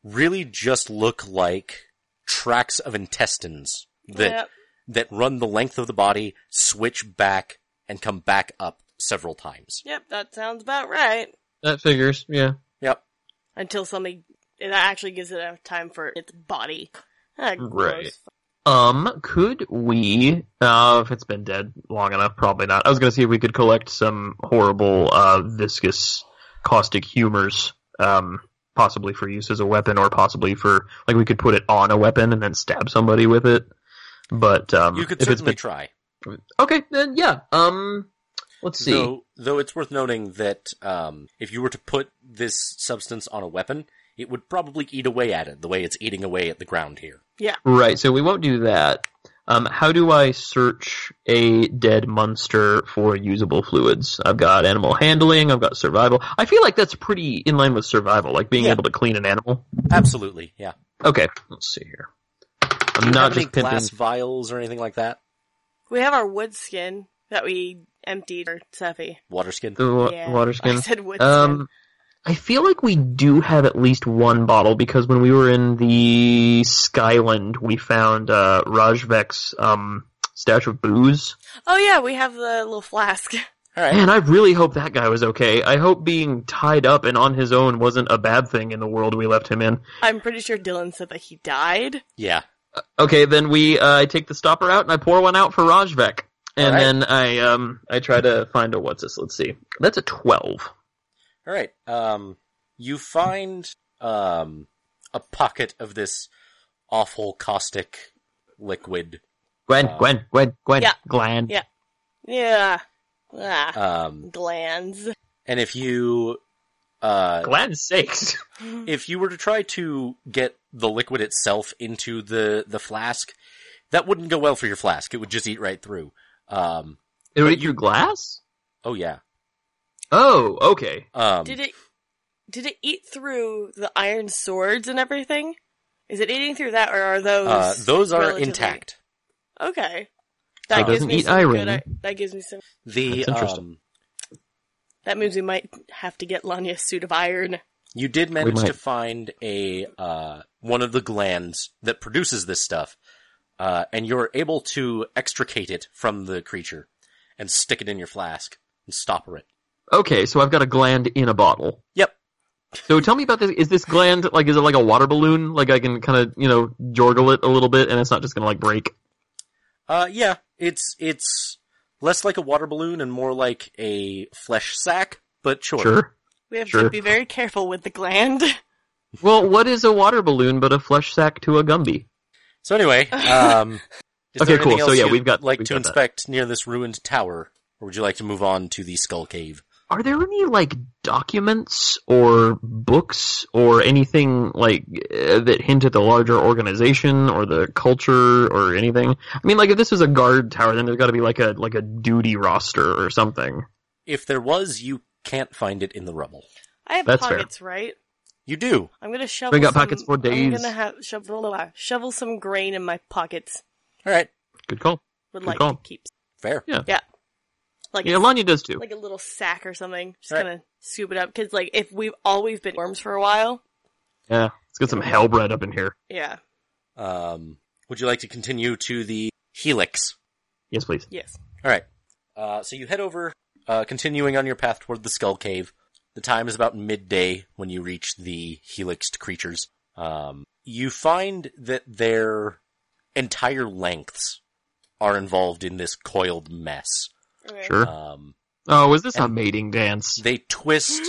Speaker 1: really just look like tracks of intestines that
Speaker 2: Yep.
Speaker 1: that run the length of the body, switch back, and come back up several times.
Speaker 2: Yep, that sounds about right.
Speaker 3: That figures, yeah.
Speaker 1: Yep.
Speaker 2: Until something that actually gives it enough time for its body. Ah, gross.
Speaker 3: Right. Um, could we, uh, if it's been dead long enough, probably not. I was gonna see if we could collect some horrible, uh, viscous caustic humors, um, possibly for use as a weapon or possibly for, like, we could put it on a weapon and then stab somebody with it. But, um,
Speaker 1: You could
Speaker 3: if it's
Speaker 1: certainly
Speaker 3: been,
Speaker 1: try.
Speaker 3: okay, then yeah, um, let's see.
Speaker 1: Though, though it's worth noting that um, if you were to put this substance on a weapon, it would probably eat away at it the way it's eating away at the ground here.
Speaker 3: Right, so we won't do that. Um, how do I search a dead monster for usable fluids? I've got animal handling, I've got survival. I feel like that's pretty in line with survival, like being
Speaker 1: Yeah.
Speaker 3: able to clean an animal.
Speaker 1: Absolutely, yeah.
Speaker 3: Okay, let's see here. I'm
Speaker 1: Not
Speaker 3: not
Speaker 1: Have any
Speaker 3: just pimping.
Speaker 1: glass vials or anything like that.
Speaker 2: We have our wood skin that we emptied for Seffy.
Speaker 1: Water skin.
Speaker 3: the wa-
Speaker 2: Yeah.
Speaker 3: water
Speaker 2: I (laughs)
Speaker 3: skin.
Speaker 2: said wood
Speaker 3: Um, I feel like we do have at least one bottle because when we were in the Skyland, we found uh, Rajvek's um, stash of booze.
Speaker 2: skin. Oh yeah, we have the little flask. (laughs)
Speaker 1: All right.
Speaker 3: (clears throat) Man, I really hope that guy was okay. I hope being tied up and on his own wasn't a bad thing in the world we left him in.
Speaker 2: I'm pretty sure Dylan said that he died.
Speaker 1: Yeah.
Speaker 3: Okay, then we uh, I take the stopper out and I pour one out for Rajvek, and
Speaker 1: Alright.
Speaker 3: then I um I try to find a what's this? Let's see, that's a twelve.
Speaker 1: All right. Um, you find um, a pocket of this awful caustic liquid.
Speaker 3: Gwen,
Speaker 1: Uh,
Speaker 3: Gwen, Gwen, Gwen,
Speaker 2: Yeah.
Speaker 3: Glenn.
Speaker 2: Yeah. Yeah. Ah,
Speaker 1: Um,
Speaker 2: glands.
Speaker 1: and if you uh,
Speaker 3: Glenn sakes.
Speaker 1: if you were to try to get the liquid itself into the the flask, that wouldn't go well for your flask. It would just eat right through. Um,
Speaker 3: It would eat your glass.
Speaker 1: oh yeah.
Speaker 3: Oh, okay.
Speaker 1: Um,
Speaker 2: Did it did it eat through the iron swords and everything? Is it eating through that or are those
Speaker 1: uh, those are
Speaker 2: relatively-
Speaker 1: intact.
Speaker 2: Okay.
Speaker 1: So it
Speaker 2: That gives
Speaker 3: doesn't
Speaker 2: me
Speaker 3: eat
Speaker 2: some good
Speaker 3: iron.
Speaker 2: i- that gives me some
Speaker 1: The
Speaker 3: That's interesting.
Speaker 1: um,
Speaker 2: that means we might have to get Lanya a suit of iron.
Speaker 1: you did manage
Speaker 3: might-
Speaker 1: to find a uh, one of the glands that produces this stuff, uh, and you're able to extricate it from the creature and stick it in your flask and stopper it.
Speaker 3: Okay, so I've got a gland in a bottle.
Speaker 1: Yep.
Speaker 3: So tell me about this. Is this gland like? Is it like a water balloon? Like I can kind of you know jorgle it a little bit, and it's not just gonna like break.
Speaker 1: Uh, yeah, it's it's less like a water balloon and more like a flesh sack, but sure.
Speaker 3: Sure.
Speaker 2: We have to
Speaker 3: Sure.
Speaker 2: be very careful with the gland. (laughs)
Speaker 3: Well, what is a water balloon but a flesh sack to a Gumby?
Speaker 1: So anyway, um, is
Speaker 3: Okay,
Speaker 1: there anything
Speaker 3: cool. So
Speaker 1: else
Speaker 3: yeah,
Speaker 1: you'd
Speaker 3: we've got-
Speaker 1: like
Speaker 3: we've
Speaker 1: to
Speaker 3: got that.
Speaker 1: inspect near this ruined tower, or would you like to move on to the skull cave?
Speaker 3: Are there any like documents or books or anything like uh, that hint at the larger organization or the culture or anything? I mean, like if this is a guard tower, then there's got to be like a like a duty roster or something.
Speaker 1: If there was, you can't find it in the rubble.
Speaker 2: I have
Speaker 3: That's fair.
Speaker 2: pockets, right?
Speaker 1: You do.
Speaker 2: I'm gonna shovel.
Speaker 3: got
Speaker 2: some-
Speaker 3: pockets for
Speaker 2: I'm
Speaker 3: days.
Speaker 2: gonna have shovel blah, blah, shovel some grain in my pockets.
Speaker 1: All right,
Speaker 3: Good call.
Speaker 2: Would
Speaker 3: Good
Speaker 2: like
Speaker 3: call.
Speaker 2: to keep
Speaker 1: fair.
Speaker 3: Yeah.
Speaker 2: like
Speaker 3: Yeah,
Speaker 2: a,
Speaker 3: Lanya does too.
Speaker 2: like a little sack or something. Just
Speaker 1: Right.
Speaker 2: gonna scoop it up because like if we've always been worms for a while,
Speaker 3: Yeah, let's get some hell bread up in here.
Speaker 2: yeah,
Speaker 1: Um, would you like to continue to the helix?
Speaker 3: Yes, please.
Speaker 2: yes,
Speaker 1: All right. Uh, so you head over, uh, continuing on your path toward the skull cave. The time is about midday when you reach the helixed creatures. Um, you find that their entire lengths are involved in this coiled mess.
Speaker 3: Sure.
Speaker 1: Um,
Speaker 3: Oh, is this a
Speaker 1: And-
Speaker 3: mating dance?
Speaker 1: they
Speaker 3: (gasps)
Speaker 1: twist.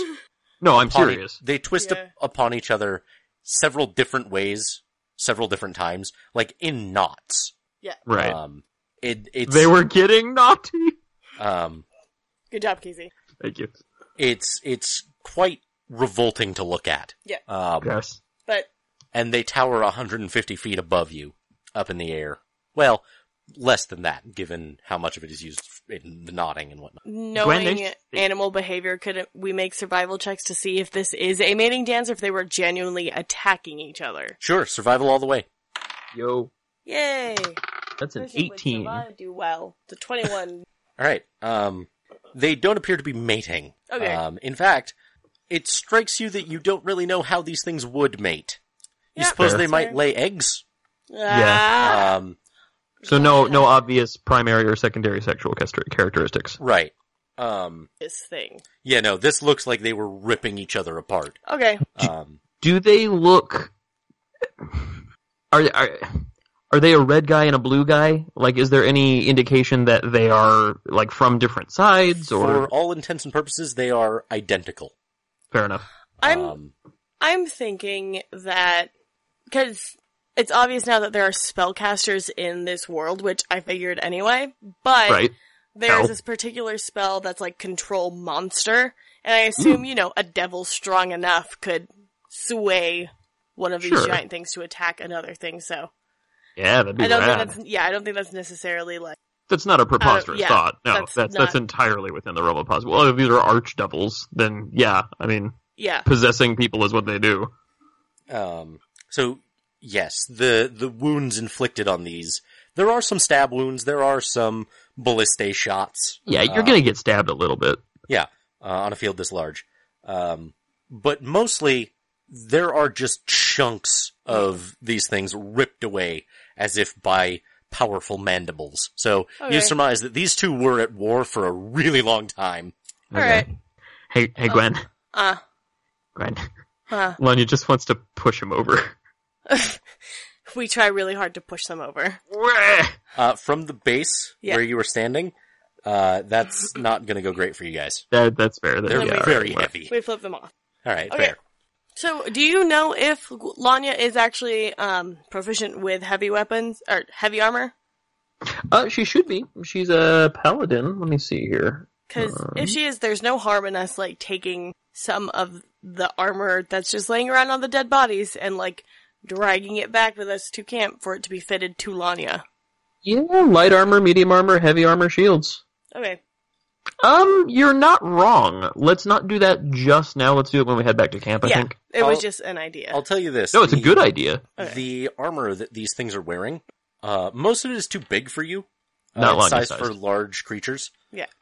Speaker 3: No, I'm
Speaker 1: upon e-
Speaker 3: serious.
Speaker 1: they twist
Speaker 2: Yeah.
Speaker 1: up upon each other several different ways, several different times, like in knots.
Speaker 3: Right.
Speaker 1: Um, it, it's,
Speaker 3: they were getting naughty. (laughs)
Speaker 1: um,
Speaker 2: Good job, Casey.
Speaker 3: Thank you.
Speaker 1: it's it's quite revolting to look at.
Speaker 2: Yeah.
Speaker 1: Um,
Speaker 3: Yes.
Speaker 2: But
Speaker 1: And they tower 150 feet above you, up in the air. Well, less than that, given how much of it is used in the knotting and whatnot.
Speaker 2: knowing
Speaker 3: there's-
Speaker 2: animal behavior, could we make survival checks to see if this is a mating dance or if they were genuinely attacking each other?
Speaker 1: Sure, survival all the way.
Speaker 3: Yo,
Speaker 2: Yay!
Speaker 3: that's an
Speaker 2: Those who would
Speaker 3: 18.
Speaker 2: survive Do well. The
Speaker 3: (laughs)
Speaker 2: twenty-one.
Speaker 1: All right. Um, they don't appear to be mating.
Speaker 2: Okay.
Speaker 1: Um, in fact, it strikes you that you don't really know how these things would mate. You
Speaker 2: (laughs) Yeah,
Speaker 1: suppose
Speaker 3: Fair.
Speaker 1: they might
Speaker 2: fair.
Speaker 1: lay eggs?
Speaker 2: Ah,
Speaker 1: Um,
Speaker 3: So no, no obvious primary or secondary sexual char- characteristics.
Speaker 1: Right. Um,
Speaker 2: This thing.
Speaker 1: yeah, no, this looks like they were ripping each other apart.
Speaker 2: Okay.
Speaker 1: Um,
Speaker 3: Do they look? Are are are they a red guy and a blue guy? Like, is there any indication that they are like from different sides? Or
Speaker 1: for all intents and purposes, they are identical.
Speaker 3: fair enough.
Speaker 2: I'm
Speaker 1: Um,
Speaker 2: I'm thinking that because it's obvious now that there are spellcasters in this world, which I figured anyway. But
Speaker 3: Right.
Speaker 2: there's
Speaker 3: Ow.
Speaker 2: this particular spell that's like control monster, and I
Speaker 3: Mm.
Speaker 2: assume you know a devil strong enough could sway one of these
Speaker 3: Sure.
Speaker 2: giant things to attack another thing. So
Speaker 3: Yeah, that'd be
Speaker 2: I don't
Speaker 3: rad.
Speaker 2: think that's yeah, I don't think that's necessarily like
Speaker 3: That's not a preposterous
Speaker 2: yeah,
Speaker 3: thought. No,
Speaker 2: that's
Speaker 3: that's that's,
Speaker 2: not-
Speaker 3: entirely within the realm of possible. Well, if these are archdevils, then yeah, I mean,
Speaker 2: yeah.
Speaker 3: possessing people is what they do.
Speaker 1: Um, so yes, the the wounds inflicted on these. There are some stab wounds. There are some ballista shots
Speaker 3: Yeah, you're
Speaker 1: Uh,
Speaker 3: gonna get stabbed a little bit.
Speaker 1: uh, on a field this large, um, but mostly there are just chunks of these things ripped away as if by powerful mandibles. So
Speaker 2: Okay.
Speaker 1: you surmise that these two were at war for a really long time.
Speaker 2: All right.
Speaker 3: Hey, hey, Gwen.
Speaker 2: Uh,
Speaker 3: Gwen.
Speaker 2: uh.
Speaker 3: Lanya just wants to push him over.
Speaker 2: We try really hard to push them over.
Speaker 1: Uh, from the base
Speaker 2: Yeah.
Speaker 1: where you were standing, uh, that's not going to go great for you guys.
Speaker 3: that, that's fair. There
Speaker 1: They're
Speaker 3: we are.
Speaker 1: very
Speaker 3: Well,
Speaker 1: heavy.
Speaker 2: We flip them off.
Speaker 1: All right,
Speaker 2: Okay.
Speaker 1: fair.
Speaker 2: So, do you know if Lanya is actually um, proficient with heavy weapons or heavy armor?
Speaker 3: Uh, she should be. She's a paladin. Let me see here.
Speaker 2: Because if she is, there's no harm in us like taking some of the armor that's just laying around on the dead bodies and like dragging it back with us to camp for it to be fitted to Lanya.
Speaker 3: Yeah, light armor, medium armor, heavy armor, shields.
Speaker 2: Okay.
Speaker 3: Um, you're not wrong. Let's not do that just now. Let's do it when we head back to camp. I
Speaker 2: yeah,
Speaker 3: think.
Speaker 2: it was
Speaker 1: I'll-
Speaker 2: just an idea.
Speaker 1: I'll tell you this.
Speaker 3: No, it's a
Speaker 1: the-
Speaker 3: good idea.
Speaker 2: Okay.
Speaker 1: The armor that these things are wearing, uh, most of it is too big for you. Uh,
Speaker 3: Not
Speaker 1: it's
Speaker 3: Lanya
Speaker 1: sized
Speaker 3: sized.
Speaker 1: for large creatures.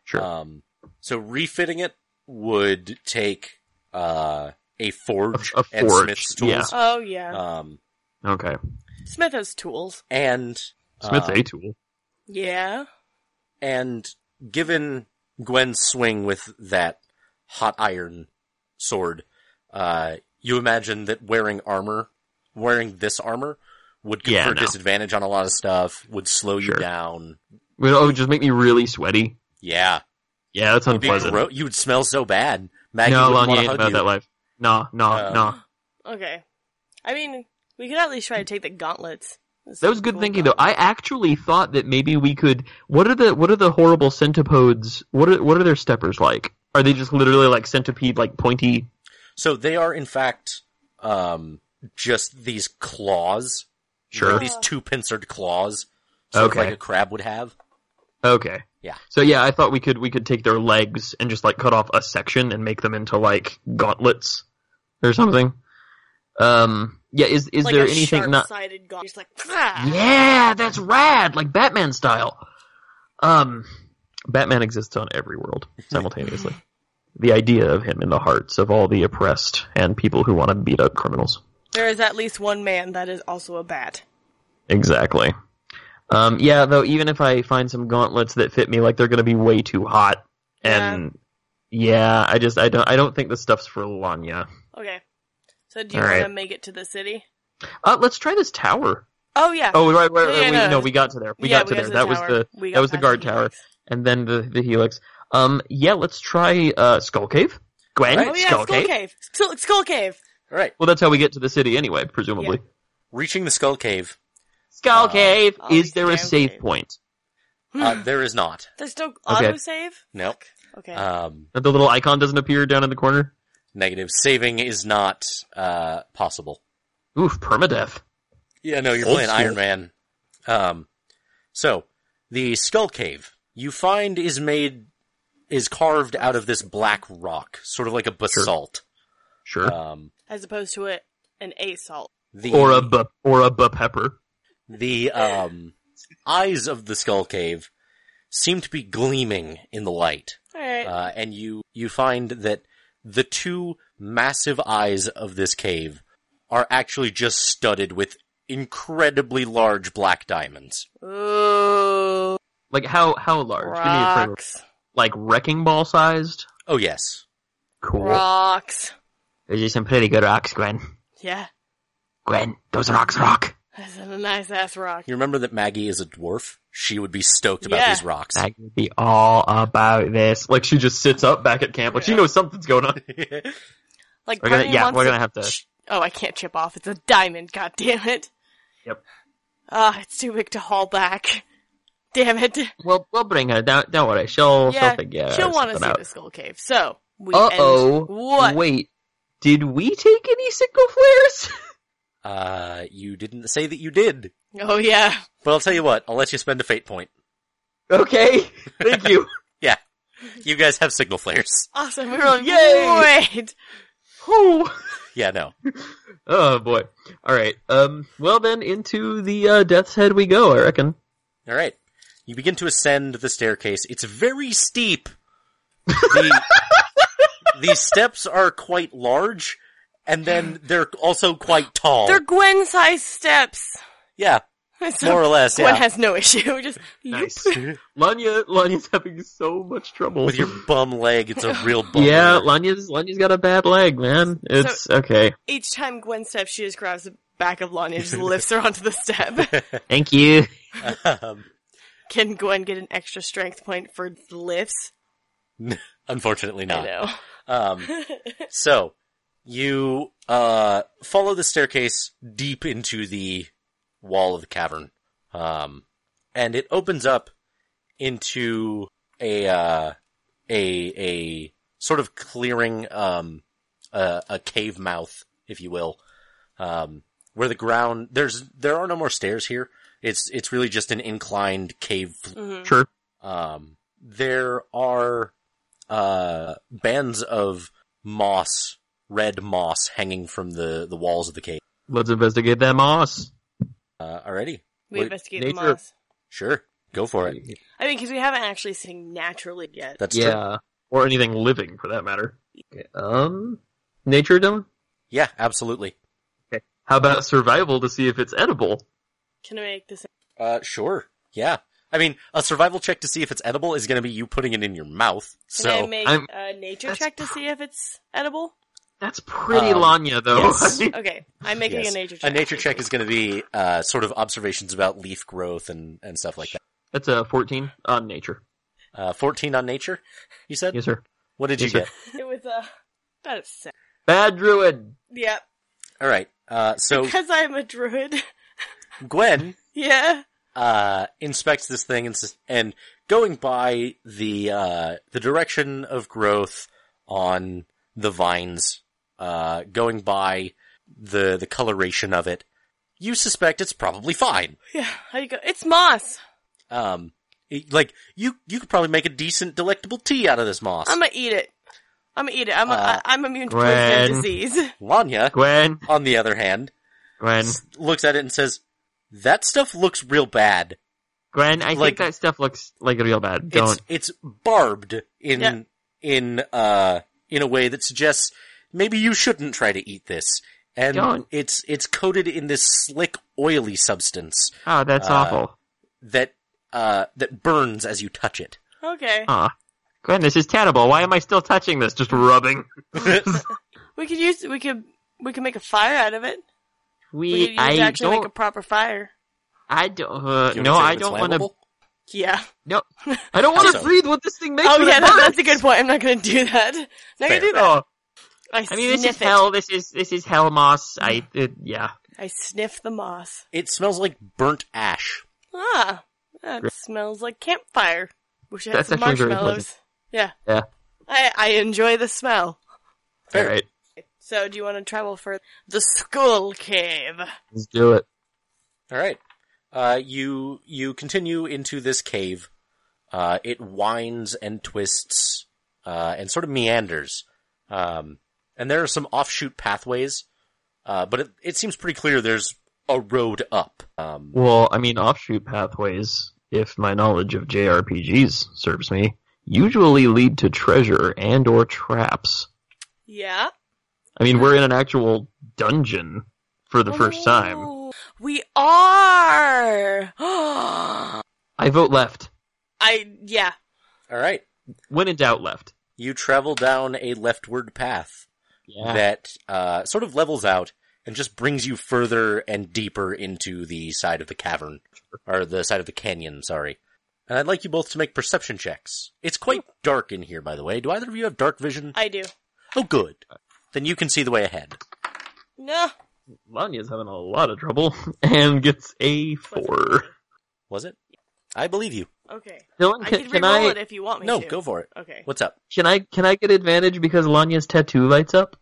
Speaker 3: Sure.
Speaker 1: Um, so refitting it would take uh, a forge
Speaker 3: A- a
Speaker 1: and
Speaker 3: forge,
Speaker 1: smith's tools.
Speaker 2: oh yeah,
Speaker 1: Um,
Speaker 3: okay.
Speaker 2: Smith has tools.
Speaker 1: and
Speaker 3: Smith's
Speaker 1: uh,
Speaker 3: a tool.
Speaker 2: Yeah.
Speaker 1: and given Gwen's swing with that hot iron sword, uh, you imagine that wearing armor, wearing this armor, would confer
Speaker 3: Yeah, no.
Speaker 1: disadvantage on a lot of stuff, would slow
Speaker 3: Sure.
Speaker 1: you down.
Speaker 3: Well, Oh, just make me really sweaty.
Speaker 1: Yeah,
Speaker 3: Yeah, that's
Speaker 1: It'd be
Speaker 3: unpleasant.
Speaker 1: gro- you'd smell so bad. Maggie
Speaker 3: no,
Speaker 1: wouldn't
Speaker 3: Lanya
Speaker 1: want
Speaker 3: ain't
Speaker 1: to hug
Speaker 3: about
Speaker 1: you.
Speaker 3: that life. Nah, nah,
Speaker 1: Um,
Speaker 3: nah.
Speaker 2: Okay. I mean, we could at least try to take the gauntlets.
Speaker 3: That was
Speaker 2: Oh,
Speaker 3: good thinking, though. I actually thought that maybe we could. What are the What are the horrible centipodes? What are What are their steppers like? Are they just literally like centipede, like pointy?
Speaker 1: So they are, in fact, um, just these claws.
Speaker 3: Sure.
Speaker 1: Like these two pincered claws. Sort
Speaker 3: Okay.
Speaker 1: of like a crab would have.
Speaker 3: Okay.
Speaker 1: Yeah.
Speaker 3: So yeah, I thought we could we could take their legs and just like cut off a section and make them into like gauntlets or something. Um. Yeah. Is Is
Speaker 2: like
Speaker 3: there
Speaker 2: a
Speaker 3: anything not?
Speaker 2: sharp-sided gauntlet. Just like, "Ah!" "Pah!"
Speaker 3: Yeah, that's rad, like Batman style. Um, Batman exists on every world simultaneously. the idea of him in the hearts of all the oppressed and people who want to beat up criminals.
Speaker 2: There is at least one man that is also a bat.
Speaker 3: Exactly. Um, yeah, though even if I find some gauntlets that fit me, like they're going to be way too hot, and yeah, I just I don't I don't think this stuff's for Lanya.
Speaker 2: Okay. So do you
Speaker 3: All
Speaker 2: want to
Speaker 3: right.
Speaker 2: make it to the city?
Speaker 3: Uh, let's try this tower.
Speaker 2: Oh yeah.
Speaker 3: Oh, right, right,
Speaker 2: Yeah, no,
Speaker 3: right. We, no,
Speaker 2: it's-
Speaker 3: we got to there. We
Speaker 2: Yeah,
Speaker 3: got to there.
Speaker 2: the
Speaker 3: that was
Speaker 2: tower.
Speaker 3: the
Speaker 2: We got
Speaker 3: that was the
Speaker 2: past
Speaker 3: guard
Speaker 2: the
Speaker 3: tower,
Speaker 2: helix.
Speaker 3: and then the the helix. Um, yeah, let's try uh Skull Cave. Gwen,
Speaker 1: Right.
Speaker 2: Oh yeah,
Speaker 3: Skull,
Speaker 2: Skull
Speaker 3: Cave.
Speaker 2: Cave. Skull, Skull Cave.
Speaker 1: All right.
Speaker 3: Well, that's how we get to the city anyway, presumably.
Speaker 1: Reaching the skull cave.
Speaker 3: Skull
Speaker 1: Uh,
Speaker 3: Cave.
Speaker 2: oh,
Speaker 3: Is there a
Speaker 2: Skull
Speaker 3: save
Speaker 2: Cave.
Speaker 3: point? (sighs)
Speaker 1: Uh, there is not.
Speaker 2: There's no
Speaker 3: Okay. Uh,
Speaker 2: autosave?
Speaker 1: Nope.
Speaker 2: Okay.
Speaker 1: Um,
Speaker 3: That the little icon doesn't appear down in the corner.
Speaker 1: negative. Saving is not, uh, possible.
Speaker 3: Oof, permadeath.
Speaker 1: Yeah, no, you're
Speaker 3: Old
Speaker 1: playing
Speaker 3: school.
Speaker 1: Iron Man. Um, so the skull cave you find is made is carved out of this black rock, sort of like a basalt.
Speaker 3: Sure.
Speaker 1: Um,
Speaker 2: As opposed to a, an assault.
Speaker 1: the
Speaker 3: or a bu- or a bu- pepper.
Speaker 1: the um eyes of the skull cave seem to be gleaming in the light.
Speaker 2: Alright.
Speaker 1: (laughs) uh, and you you find that the two massive eyes of this cave are actually just studded with incredibly large black diamonds.
Speaker 2: Ooh,
Speaker 3: Like how how large? Give me a frame of-
Speaker 2: rocks,
Speaker 3: Like wrecking ball sized.
Speaker 1: Oh yes.
Speaker 3: Cool.
Speaker 2: rocks.
Speaker 3: Those are some pretty good rocks, Gwen.
Speaker 2: Yeah, (laughs)
Speaker 3: Gwen, those rocks rock.
Speaker 2: that's a nice ass rock.
Speaker 1: You remember that Maggie is a dwarf? She would be stoked about
Speaker 2: Yeah.
Speaker 1: these rocks.
Speaker 3: That would be all about this. Like she just sits up back at camp, like she knows something's going
Speaker 2: (laughs)
Speaker 3: on.
Speaker 2: Like
Speaker 3: We're gonna,
Speaker 2: Bernie
Speaker 3: yeah,
Speaker 2: wants
Speaker 3: we're
Speaker 2: to-
Speaker 3: gonna have to.
Speaker 2: Oh, I can't chip off. It's a diamond. God damn it.
Speaker 3: Yep.
Speaker 2: Ah, it's too big to haul back. (laughs) Damn it.
Speaker 3: We'll we'll bring her. Don't don't worry. She'll
Speaker 2: Yeah,
Speaker 3: she'll figure
Speaker 2: She'll want to
Speaker 3: something
Speaker 2: see
Speaker 3: out.
Speaker 2: the skull cave. So we
Speaker 3: Uh
Speaker 2: end.
Speaker 3: oh.
Speaker 2: What?
Speaker 3: Wait, did we take any sickle flares? (laughs)
Speaker 1: Uh, you didn't say that you did.
Speaker 2: Oh yeah.
Speaker 1: But I'll tell you what, I'll let you spend a fate point.
Speaker 3: okay,
Speaker 2: (laughs)
Speaker 3: thank you.
Speaker 1: You guys have signal flares. (laughs)
Speaker 3: (laughs)
Speaker 2: Awesome. We were like,
Speaker 3: Yay!
Speaker 2: wait.
Speaker 3: Whew.
Speaker 1: Yeah, no.
Speaker 3: Oh boy. All right. Um. Well then, into the uh, death's head we go. I reckon.
Speaker 1: Alright. You begin to ascend the staircase. It's very steep. The, (laughs) the steps are quite large, and then they're also quite tall.
Speaker 2: They're Gwen sized steps. (laughs)
Speaker 1: yeah,
Speaker 2: So
Speaker 1: more or less,
Speaker 2: Gwen
Speaker 1: yeah.
Speaker 2: has no issue. (laughs) Just
Speaker 3: Nice.
Speaker 1: (laughs)
Speaker 3: Lanya, Lanya's having so much trouble
Speaker 1: With your bum leg,
Speaker 2: (laughs)
Speaker 1: it's a real bum
Speaker 3: (laughs) Yeah,
Speaker 1: leg.
Speaker 3: Lanya's Lanya's got a bad leg, man. It's okay.
Speaker 2: each time Gwen steps, she just grabs the back of Lonnie
Speaker 1: (laughs)
Speaker 2: and just lifts her onto the step.
Speaker 3: Thank you.
Speaker 1: (laughs) Um,
Speaker 2: Can Gwen get an extra strength point for lifts?
Speaker 1: unfortunately
Speaker 2: I
Speaker 1: not.
Speaker 2: know.
Speaker 1: Um, so you uh, follow the staircase deep into the wall of the cavern, um, and it opens up into a uh, a a sort of clearing, um, a, a cave mouth, if you will, um, where the ground there's there are no more stairs here. It's it's really just an inclined cave floor.
Speaker 2: Mhm.
Speaker 3: Sure.
Speaker 1: Um, there are uh, bands of moss, red moss, hanging from the, the walls of the cave.
Speaker 3: Let's investigate that moss.
Speaker 1: Uh, already,
Speaker 2: We
Speaker 3: Wait,
Speaker 2: investigate the
Speaker 3: nature-
Speaker 2: moss.
Speaker 1: sure, go for it.
Speaker 2: I mean, because we haven't actually seen naturally yet.
Speaker 1: That's true.
Speaker 3: Yeah, or anything living for that matter. Okay, Um, nature, Dylan.
Speaker 1: Yeah, absolutely.
Speaker 3: How about survival to see if it's edible?
Speaker 2: Can I make this?
Speaker 1: Uh, sure. Yeah. I mean, a survival check to see if it's edible is going to be you putting it in your mouth.
Speaker 2: Can
Speaker 1: So
Speaker 2: I make
Speaker 3: I'm-
Speaker 2: a nature
Speaker 3: That's
Speaker 2: check to see if it's edible?
Speaker 3: (laughs) That's pretty
Speaker 1: Um,
Speaker 3: Lanya, though. (laughs)
Speaker 1: yes.
Speaker 2: Okay, I'm making
Speaker 1: Yes.
Speaker 2: a nature
Speaker 1: a
Speaker 2: check.
Speaker 1: nature check is going to be uh, sort of observations about leaf growth and, and stuff like that.
Speaker 3: That's a fourteen on nature.
Speaker 1: Uh, Fourteen on nature, you said.
Speaker 3: Yes, sir.
Speaker 1: What did
Speaker 3: Yes,
Speaker 1: you
Speaker 3: sir.
Speaker 1: get?
Speaker 2: (laughs) It was a about a seven.
Speaker 3: Bad druid.
Speaker 2: Yeah,
Speaker 1: All right. Uh,
Speaker 3: Oh.
Speaker 1: so
Speaker 2: because I'm a druid. (laughs)
Speaker 1: Gwen,
Speaker 2: yeah,
Speaker 1: uh, inspects this thing and, s- and going by the, uh, the direction of growth on the vines, uh, going by the, the coloration of it, you suspect it's probably fine.
Speaker 2: yeah. How you go? It's moss.
Speaker 1: Um, it- like, you, you could probably make a decent delectable tea out of this moss.
Speaker 2: I'm gonna eat it. I'm gonna eat it. I'm
Speaker 1: Uh,
Speaker 2: I, I'm immune to poison and
Speaker 3: Gwen.
Speaker 2: disease. (laughs)
Speaker 1: Lanya,
Speaker 3: Gwen.
Speaker 1: on the other hand,
Speaker 3: Gwen.
Speaker 1: s- looks at it and says, that stuff looks real bad.
Speaker 3: Gwen. I
Speaker 1: Like-
Speaker 3: think that stuff looks like real bad. Don't.
Speaker 1: It's, it's barbed in
Speaker 2: Yeah.
Speaker 1: in uh in a way that suggests maybe you shouldn't try to eat this. And
Speaker 3: Don't.
Speaker 1: it's it's coated in this slick, oily substance
Speaker 3: Oh, that's
Speaker 1: Uh,
Speaker 3: awful.
Speaker 1: that uh that burns as you touch it.
Speaker 2: Okay,
Speaker 3: Aw. Ah. Gwen, this is terrible. Why am I still touching this? Just rubbing.
Speaker 2: we could use we could we could make a fire out of it. We could
Speaker 3: We,
Speaker 2: use it to
Speaker 3: I
Speaker 2: actually
Speaker 3: don't,
Speaker 2: make a proper fire.
Speaker 3: I don't, uh,
Speaker 1: Do you wanna
Speaker 3: no,
Speaker 1: say if
Speaker 3: I
Speaker 1: it's
Speaker 3: don't want to,
Speaker 1: flammable? Oh,
Speaker 2: Yeah. (laughs)
Speaker 3: no,
Speaker 1: (laughs)
Speaker 3: I don't want
Speaker 1: So-
Speaker 3: to breathe what this thing makes.
Speaker 2: Oh
Speaker 3: when
Speaker 2: yeah,
Speaker 3: it
Speaker 2: that,
Speaker 3: burns.
Speaker 2: that's a good point. I'm not gonna do that. I'm
Speaker 1: Fair.
Speaker 2: not
Speaker 3: (laughs)
Speaker 2: gonna do that.
Speaker 3: Oh,
Speaker 2: I,
Speaker 3: I mean, this
Speaker 2: sniff
Speaker 3: is
Speaker 2: it.
Speaker 3: hell. This is this is hell moss. I, it, yeah.
Speaker 2: I sniff the moss.
Speaker 1: It smells like burnt ash.
Speaker 2: Ah, that smells like campfire. Wish I had
Speaker 3: That's
Speaker 2: some
Speaker 3: actually very
Speaker 2: marshmallows. Yeah.
Speaker 3: Yeah.
Speaker 2: I, I enjoy the smell.
Speaker 1: Fair.
Speaker 3: All right,
Speaker 2: So, do you want to travel for the Skull Cave?
Speaker 3: let's do it.
Speaker 1: All right. Uh, you you continue into this cave. Uh, it winds and twists uh, and sort of meanders. Um, and there are some offshoot pathways, uh, but it, it seems pretty clear there's a road up. Um,
Speaker 3: Well, I mean, offshoot pathways, if my knowledge of JRPGs serves me, usually lead to treasure and or traps.
Speaker 2: Yeah.
Speaker 3: I mean, we're in an actual dungeon for the first time.
Speaker 2: Ooh. We are. (gasps) I
Speaker 3: I vote left.
Speaker 2: yeah.
Speaker 1: All right.
Speaker 3: When in doubt, left.
Speaker 1: You travel down a leftward path
Speaker 3: Yeah.
Speaker 1: that uh, sort of levels out and just brings you further and deeper into the side of the cavern or the side of the canyon. Sorry. And I'd like you both to make perception checks. It's quite dark in here, by the way. Do either of you have dark vision?
Speaker 2: I do.
Speaker 1: Oh, good. Then you can see the way ahead.
Speaker 2: No.
Speaker 3: Lanya's having a lot of trouble (laughs) and gets a four.
Speaker 1: Was it? I believe you.
Speaker 2: Okay.
Speaker 3: Dylan,
Speaker 2: I
Speaker 3: can,
Speaker 2: can
Speaker 3: can
Speaker 2: re-roll
Speaker 3: I
Speaker 2: it if you want me
Speaker 1: no,
Speaker 2: to.
Speaker 1: go for it.
Speaker 2: Okay.
Speaker 1: What's up?
Speaker 3: can I can I get advantage because Lanya's tattoo lights up?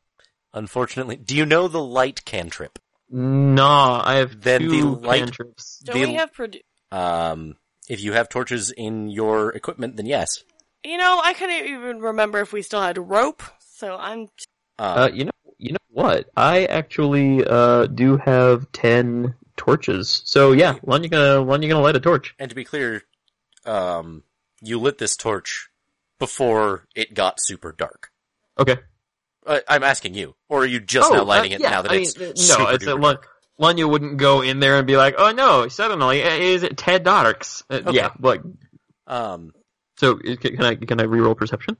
Speaker 1: Unfortunately, do you know the light cantrip?
Speaker 3: Nah, I have
Speaker 1: Then
Speaker 3: two
Speaker 1: the light-
Speaker 3: cantrips.
Speaker 2: Don't
Speaker 1: The-
Speaker 2: we have produ-
Speaker 1: Um, if you have torches in your equipment, then yes.
Speaker 2: You know, I couldn't even remember if we still had rope, so I'm.
Speaker 1: Um,
Speaker 3: Uh, you know, you know what? I actually uh, do have ten torches. So yeah, Lanya gonna Lanya gonna light a torch.
Speaker 1: and to be clear, um, you lit this torch before it got super dark.
Speaker 3: Okay.
Speaker 1: Uh, I'm asking you, or are you just
Speaker 3: Oh,
Speaker 1: now lighting
Speaker 3: uh,
Speaker 1: it
Speaker 3: yeah,
Speaker 1: now that
Speaker 3: I
Speaker 1: it's
Speaker 3: mean, uh,
Speaker 1: super
Speaker 3: no, it's
Speaker 1: duper
Speaker 3: uh, Lan-
Speaker 1: dark?
Speaker 3: Lanya wouldn't go in there and be like, "Oh no, suddenly it is Ted Darks." Uh,
Speaker 1: Okay.
Speaker 3: Yeah, like
Speaker 1: Um,
Speaker 3: so. uh, Can can I can I reroll perception?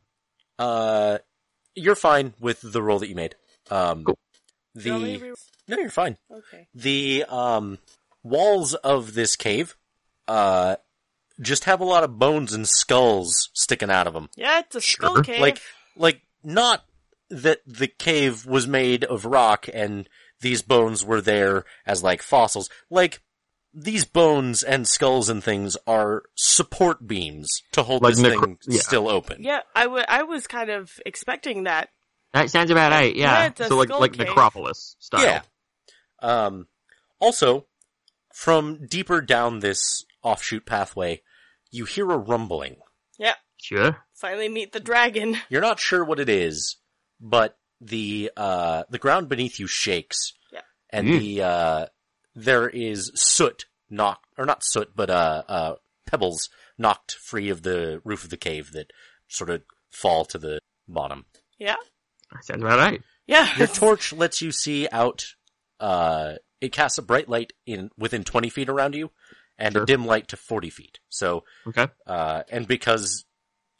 Speaker 1: uh, you're fine with the roll that you made. Um,
Speaker 3: Cool.
Speaker 1: the
Speaker 2: Don't we re-
Speaker 1: no, you're fine.
Speaker 2: okay.
Speaker 1: the um, walls of this cave uh, just have a lot of bones and skulls sticking out of them.
Speaker 2: Yeah, it's a skull
Speaker 3: Sure.
Speaker 2: cave.
Speaker 1: Like, like not that the cave was made of rock and these bones were there as like fossils. Like these bones and skulls and things are support beams to hold
Speaker 3: Like
Speaker 1: this
Speaker 3: necro-
Speaker 1: thing
Speaker 3: yeah.
Speaker 1: still open.
Speaker 2: yeah, I wa- I was kind of expecting that.
Speaker 3: That sounds about right.
Speaker 2: yeah. Yeah, it's a
Speaker 3: so like
Speaker 2: skull
Speaker 3: like
Speaker 2: cave.
Speaker 3: necropolis style.
Speaker 1: Yeah. Um, also, from deeper down this offshoot pathway, you hear a rumbling.
Speaker 2: Yeah,
Speaker 3: Sure.
Speaker 2: finally meet the dragon. (laughs)
Speaker 1: You're not sure what it is, but the uh, the ground beneath you shakes,
Speaker 2: Yeah.
Speaker 1: and
Speaker 3: Mm.
Speaker 1: the uh, there is soot knocked or not soot, but uh, uh, pebbles knocked free of the roof of the cave that sort of fall to the bottom.
Speaker 2: Yeah,
Speaker 3: That sounds about right.
Speaker 2: yeah. (laughs)
Speaker 1: Your torch lets you see out. Uh, it casts a bright light in within twenty feet around you, and a
Speaker 3: Sure.
Speaker 1: dim light to forty feet. So,
Speaker 3: Okay.
Speaker 1: uh, and because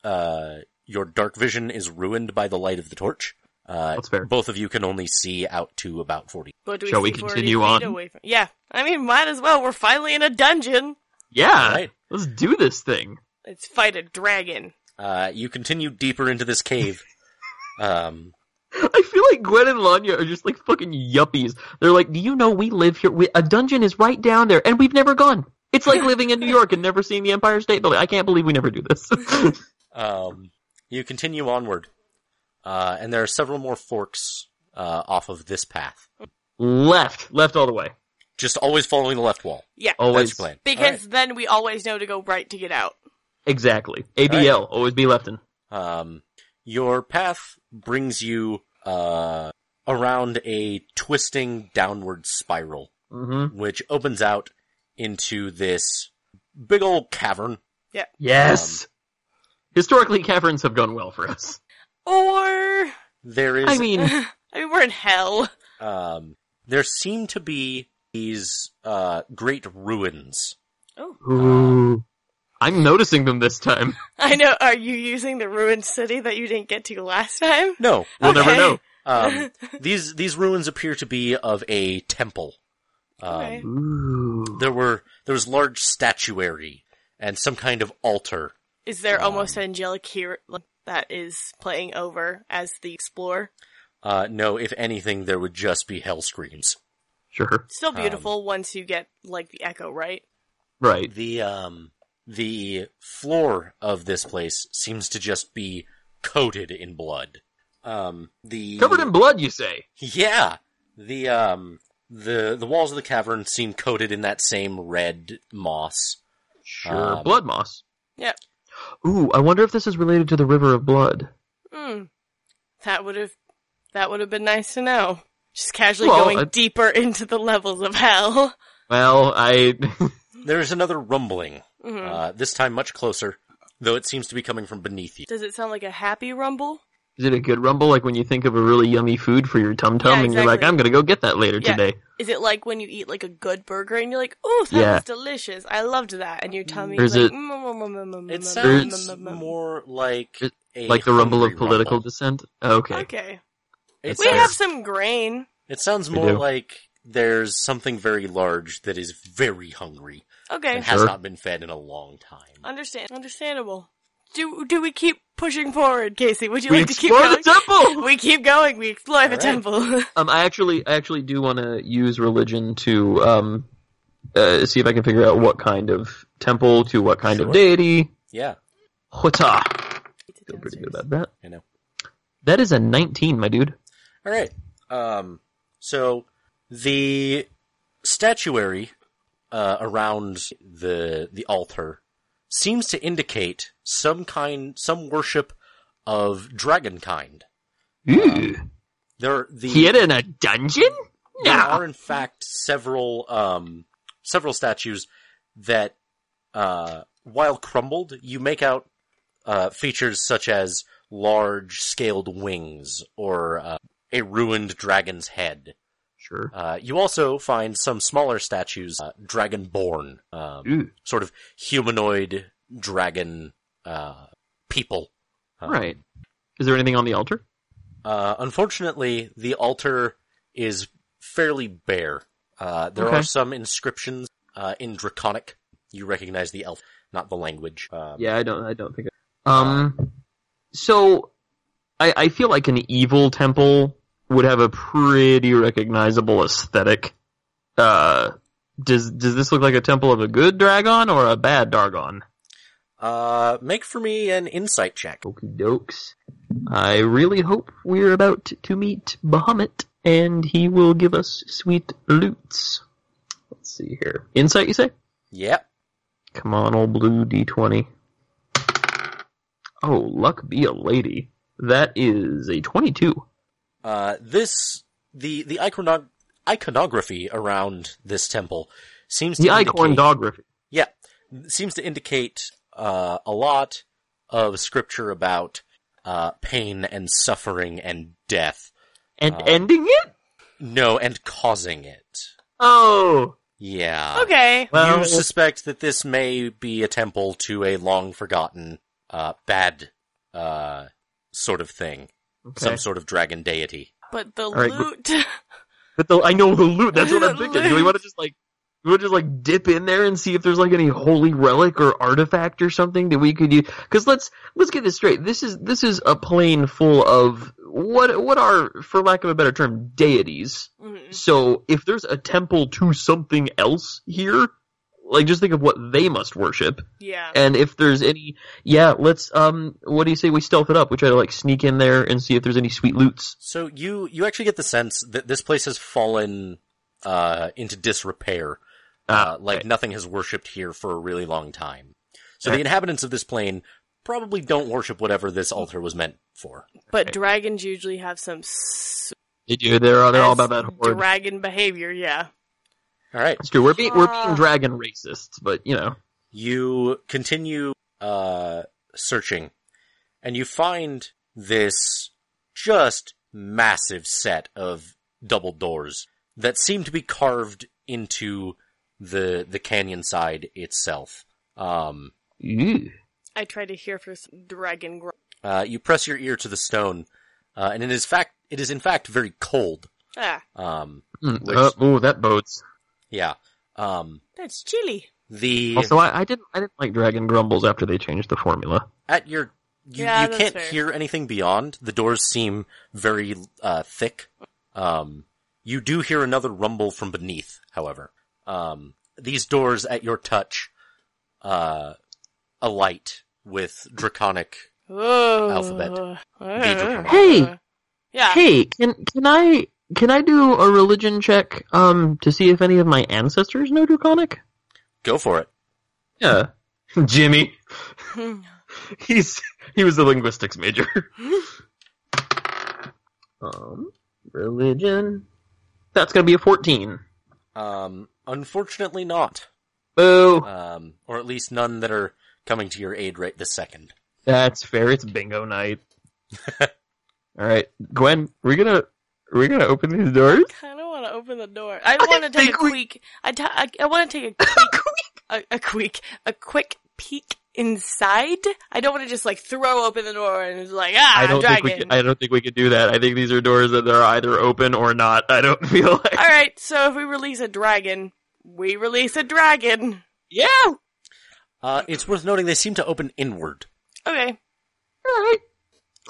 Speaker 1: uh, your dark vision is ruined by the light of the torch, uh,
Speaker 3: That's fair.
Speaker 1: both of you can only see out to about forty.
Speaker 2: But do
Speaker 3: Shall
Speaker 2: see
Speaker 3: we
Speaker 2: 40
Speaker 3: continue
Speaker 2: feet
Speaker 3: on?
Speaker 2: Away from- yeah, I mean, might as well. We're finally in a dungeon.
Speaker 3: Yeah.
Speaker 1: Right.
Speaker 3: Let's do this thing.
Speaker 2: Let's fight a dragon.
Speaker 1: Uh, you continue deeper into this cave. um,
Speaker 3: I feel like Gwen and Lanya are just like fucking yuppies. They're like, do you know we live here? We, a dungeon is right down there, and we've never gone. It's like living in New York and never seeing the Empire State Building. I can't believe we never do this. (laughs)
Speaker 1: Um, you continue onward, uh, and there are several more forks uh, off of this path.
Speaker 3: left, left all the way.
Speaker 1: Just always following the left wall.
Speaker 2: Yeah,
Speaker 3: Always
Speaker 1: That's your plan.
Speaker 2: because then we always know to go right to get out.
Speaker 3: exactly. ABL, always be leftin.
Speaker 1: All right. Um, your path brings you uh, around a twisting downward spiral,
Speaker 3: Mm-hmm.
Speaker 1: which opens out into this big old cavern. Um,
Speaker 3: Yes. Historically, caverns have gone well for
Speaker 1: (laughs)
Speaker 3: us.
Speaker 2: Or
Speaker 1: There is
Speaker 3: I
Speaker 1: (laughs)
Speaker 3: mean,
Speaker 2: I mean, we're in hell.
Speaker 1: um, there seem to be these uh, great ruins.
Speaker 2: Oh,
Speaker 3: ooh, I'm noticing them this time. (laughs)
Speaker 2: I know. Are you using the ruined city that you didn't get to last time?
Speaker 1: No,
Speaker 3: We'll never
Speaker 2: Okay.
Speaker 3: know.
Speaker 1: Um, these these ruins appear to be of a temple. Um,
Speaker 2: Okay.
Speaker 3: Ooh.
Speaker 1: There were there was large statuary and some kind of altar.
Speaker 2: Is there
Speaker 1: Um,
Speaker 2: almost angelic here that is playing over as the explorer?
Speaker 1: Uh, no, if anything, there would just be hell screams.
Speaker 3: Sure.
Speaker 2: Still beautiful once you get like the echo, right?
Speaker 3: Right.
Speaker 1: The um the floor of this place seems to just be coated in blood. Um, the
Speaker 3: Covered in blood, you say?
Speaker 1: Yeah. The um the the walls of the cavern seem coated in that same red moss.
Speaker 3: Sure.
Speaker 1: Um,
Speaker 3: blood moss.
Speaker 2: Yep.
Speaker 3: Ooh, I wonder if this is related to the River of Blood.
Speaker 2: Hmm. That would have that would have been nice to know. Just casually
Speaker 3: Well,
Speaker 2: going
Speaker 3: I-
Speaker 2: deeper (laughs) into the levels of hell.
Speaker 3: Well, I (laughs)
Speaker 1: There is another rumbling,
Speaker 2: Mhm.
Speaker 1: uh, this time much closer, though it seems to be coming from beneath you.
Speaker 2: Does it sound like a happy rumble?
Speaker 3: Is it a good rumble? Like when you think of a really yummy food for your tum tum,
Speaker 2: Yeah,
Speaker 3: and you're like,
Speaker 2: exactly.
Speaker 3: I'm gonna go get that later
Speaker 2: Yeah.
Speaker 3: today.
Speaker 2: Is it like when you eat like a good burger and you're like, "Oh, that
Speaker 3: Yeah.
Speaker 2: was delicious. I loved that," and your tummy
Speaker 3: Or is
Speaker 2: is like,
Speaker 3: it-
Speaker 2: "Mm, mm, mm, mm, mm,
Speaker 1: It
Speaker 2: mm,
Speaker 1: sounds
Speaker 2: mm, mm, mm, mm."
Speaker 1: more like
Speaker 3: It-
Speaker 1: a
Speaker 3: Like the rumble
Speaker 1: hungry
Speaker 3: of political
Speaker 1: rumble.
Speaker 3: dissent. Okay.
Speaker 2: Okay,
Speaker 1: It
Speaker 2: we
Speaker 1: sounds-
Speaker 2: have some grain.
Speaker 1: It sounds
Speaker 3: We
Speaker 1: more
Speaker 3: do.
Speaker 1: like there's something very large that is very hungry
Speaker 2: Okay,
Speaker 1: and has
Speaker 3: Sure.
Speaker 1: not been fed in a long time.
Speaker 2: understand, understandable. Do do we keep pushing forward, Casey? Would you
Speaker 3: We
Speaker 2: like to keep
Speaker 3: explore
Speaker 2: going?
Speaker 3: the
Speaker 2: (laughs)
Speaker 3: temple.
Speaker 2: We keep going. We explore the
Speaker 1: right.
Speaker 2: temple.
Speaker 3: Um, I actually, I actually do want to use religion to um, uh, see if I can figure out what kind of temple to what kind
Speaker 1: Sure.
Speaker 3: of deity.
Speaker 1: Yeah,
Speaker 3: Huta.
Speaker 2: (laughs)
Speaker 3: Feel pretty good about that.
Speaker 1: I know.
Speaker 3: That is a 19, my dude.
Speaker 1: All right. Um, so the statuary uh, around the the altar seems to indicate some kind, some worship of dragon kind.
Speaker 3: Ooh.
Speaker 1: There, the
Speaker 3: Here in a dungeon?
Speaker 1: there
Speaker 3: No.
Speaker 1: are in fact several um, several statues that, uh, while crumbled, you make out uh, features such as large scaled wings or uh, a ruined dragon's head.
Speaker 3: Sure.
Speaker 1: Uh, you also find some smaller statues, uh, dragonborn, um,
Speaker 3: Ooh.
Speaker 1: sort of humanoid dragon uh, people. Um,
Speaker 3: Right. Is there anything on the altar?
Speaker 1: Uh, unfortunately, the altar is fairly bare. Uh, there
Speaker 3: Okay.
Speaker 1: are some inscriptions uh, in Draconic. You recognize the elf, not the language. Um,
Speaker 3: Yeah, I don't. I don't think. Um. So, I I feel like an evil temple would have a pretty recognizable aesthetic. Uh, does does this look like a temple of a good dragon or a bad dragon?
Speaker 1: Uh, make for me an insight check.
Speaker 3: Okie dokes. I really hope we're about to meet Bahamut, and he will give us sweet loots. Let's see here. Insight, you say?
Speaker 1: Yep.
Speaker 3: Come on, old blue D20. Oh, luck be a lady. That is a 22.
Speaker 1: Uh, this the the iconog- iconography around this temple seems
Speaker 3: The
Speaker 1: to
Speaker 3: Icorn
Speaker 1: indicate-
Speaker 3: Dography.
Speaker 1: Yeah, seems to indicate uh, a lot of scripture about uh, pain and suffering and death.
Speaker 3: And
Speaker 1: Uh,
Speaker 3: ending it?
Speaker 1: No, and causing it.
Speaker 3: Oh!
Speaker 1: Yeah.
Speaker 2: okay.
Speaker 3: Well,
Speaker 1: you suspect that this may be a temple to a long forgotten uh, bad uh, sort of thing,
Speaker 3: okay.
Speaker 1: some sort of dragon deity.
Speaker 2: But the
Speaker 3: right,
Speaker 2: loot. (laughs)
Speaker 3: But the, I know the loot, that's what
Speaker 1: (laughs)
Speaker 3: I'm
Speaker 2: The
Speaker 3: thinking. Do we
Speaker 2: loot.
Speaker 3: want to just like, do we want to just like dip in there and see if there's like any holy relic or artifact or something that we could use? Cause let's, let's get this straight. This is, this is a plane full of what, what are, for lack of a better term, deities.
Speaker 2: Mm.
Speaker 3: So if there's a temple to something else here, like just think of what they must worship.
Speaker 2: yeah.
Speaker 3: And if there's any, yeah, let's um, what do you say? We stealth it up. We try to like sneak in there and see if there's any sweet loots.
Speaker 1: So you you actually get the sense that this place has fallen uh, into disrepair. Uh, like
Speaker 3: Ah, okay.
Speaker 1: nothing has worshipped here for a really long time. So
Speaker 3: Okay.
Speaker 1: the inhabitants of this plane probably don't worship whatever this altar was meant for.
Speaker 2: But dragons usually have some. s-
Speaker 3: they do. They're Oh, they're all about that horde.
Speaker 2: dragon behavior. Yeah.
Speaker 1: All right.
Speaker 3: That's true. We're being we're being
Speaker 1: Uh,
Speaker 2: Yeah.
Speaker 3: dragon racists, but you know,
Speaker 1: you continue uh, searching, and you find this just massive set of double doors that seem to be carved into the the canyon side itself. Um,
Speaker 3: Ew.
Speaker 2: I try to hear for some dragon. Gr-
Speaker 1: uh, you press your ear to the stone, uh, and it is fact it is in fact very cold.
Speaker 2: ah,
Speaker 1: Um,
Speaker 3: Mm,
Speaker 1: Which-
Speaker 3: uh, ooh, that bodes.
Speaker 1: yeah. Um,
Speaker 2: that's chilly.
Speaker 1: the
Speaker 3: Also, I, I didn't I didn't like dragon grumbles after they changed the formula.
Speaker 1: at your you,
Speaker 2: Yeah,
Speaker 1: you
Speaker 2: that's
Speaker 1: can't
Speaker 2: fair.
Speaker 1: hear anything beyond. The doors seem very uh, thick. Um, you do hear another rumble from beneath, however. Um, these doors at your touch uh, alight with draconic.
Speaker 2: Oh.
Speaker 1: Alphabet.
Speaker 2: Uh,
Speaker 1: Beaver.
Speaker 3: Hey.
Speaker 2: Yeah.
Speaker 3: (laughs) Hey, can can I can I do a religion check um to see if any of my ancestors know draconic?
Speaker 1: Go for it.
Speaker 3: Yeah. (laughs) Jimmy. He's he was a linguistics major. (laughs) um religion. That's gonna be a fourteen.
Speaker 1: Um, unfortunately, not.
Speaker 3: Boo.
Speaker 1: Um, or at least none that are coming to your aid right this second.
Speaker 3: That's fair, it's bingo night. (laughs) All right, Gwen, we're gonna we're gonna open these doors.
Speaker 2: kind of want to open the door. I want to take a
Speaker 3: think we-
Speaker 2: quick. I ta- I, I want to
Speaker 3: (laughs)
Speaker 2: take a quick, a, a quick, a quick peek inside. I don't want to just like throw open the door and it's like ah,
Speaker 3: I don't
Speaker 2: dragon.
Speaker 3: think we can, I don't think we could do that. I think these are doors that are either open or not. I don't feel like
Speaker 2: All right, so if we release a dragon, we release a dragon.
Speaker 3: yeah. All
Speaker 1: Uh, it's worth noting they seem to open inward.
Speaker 2: Okay,
Speaker 3: right,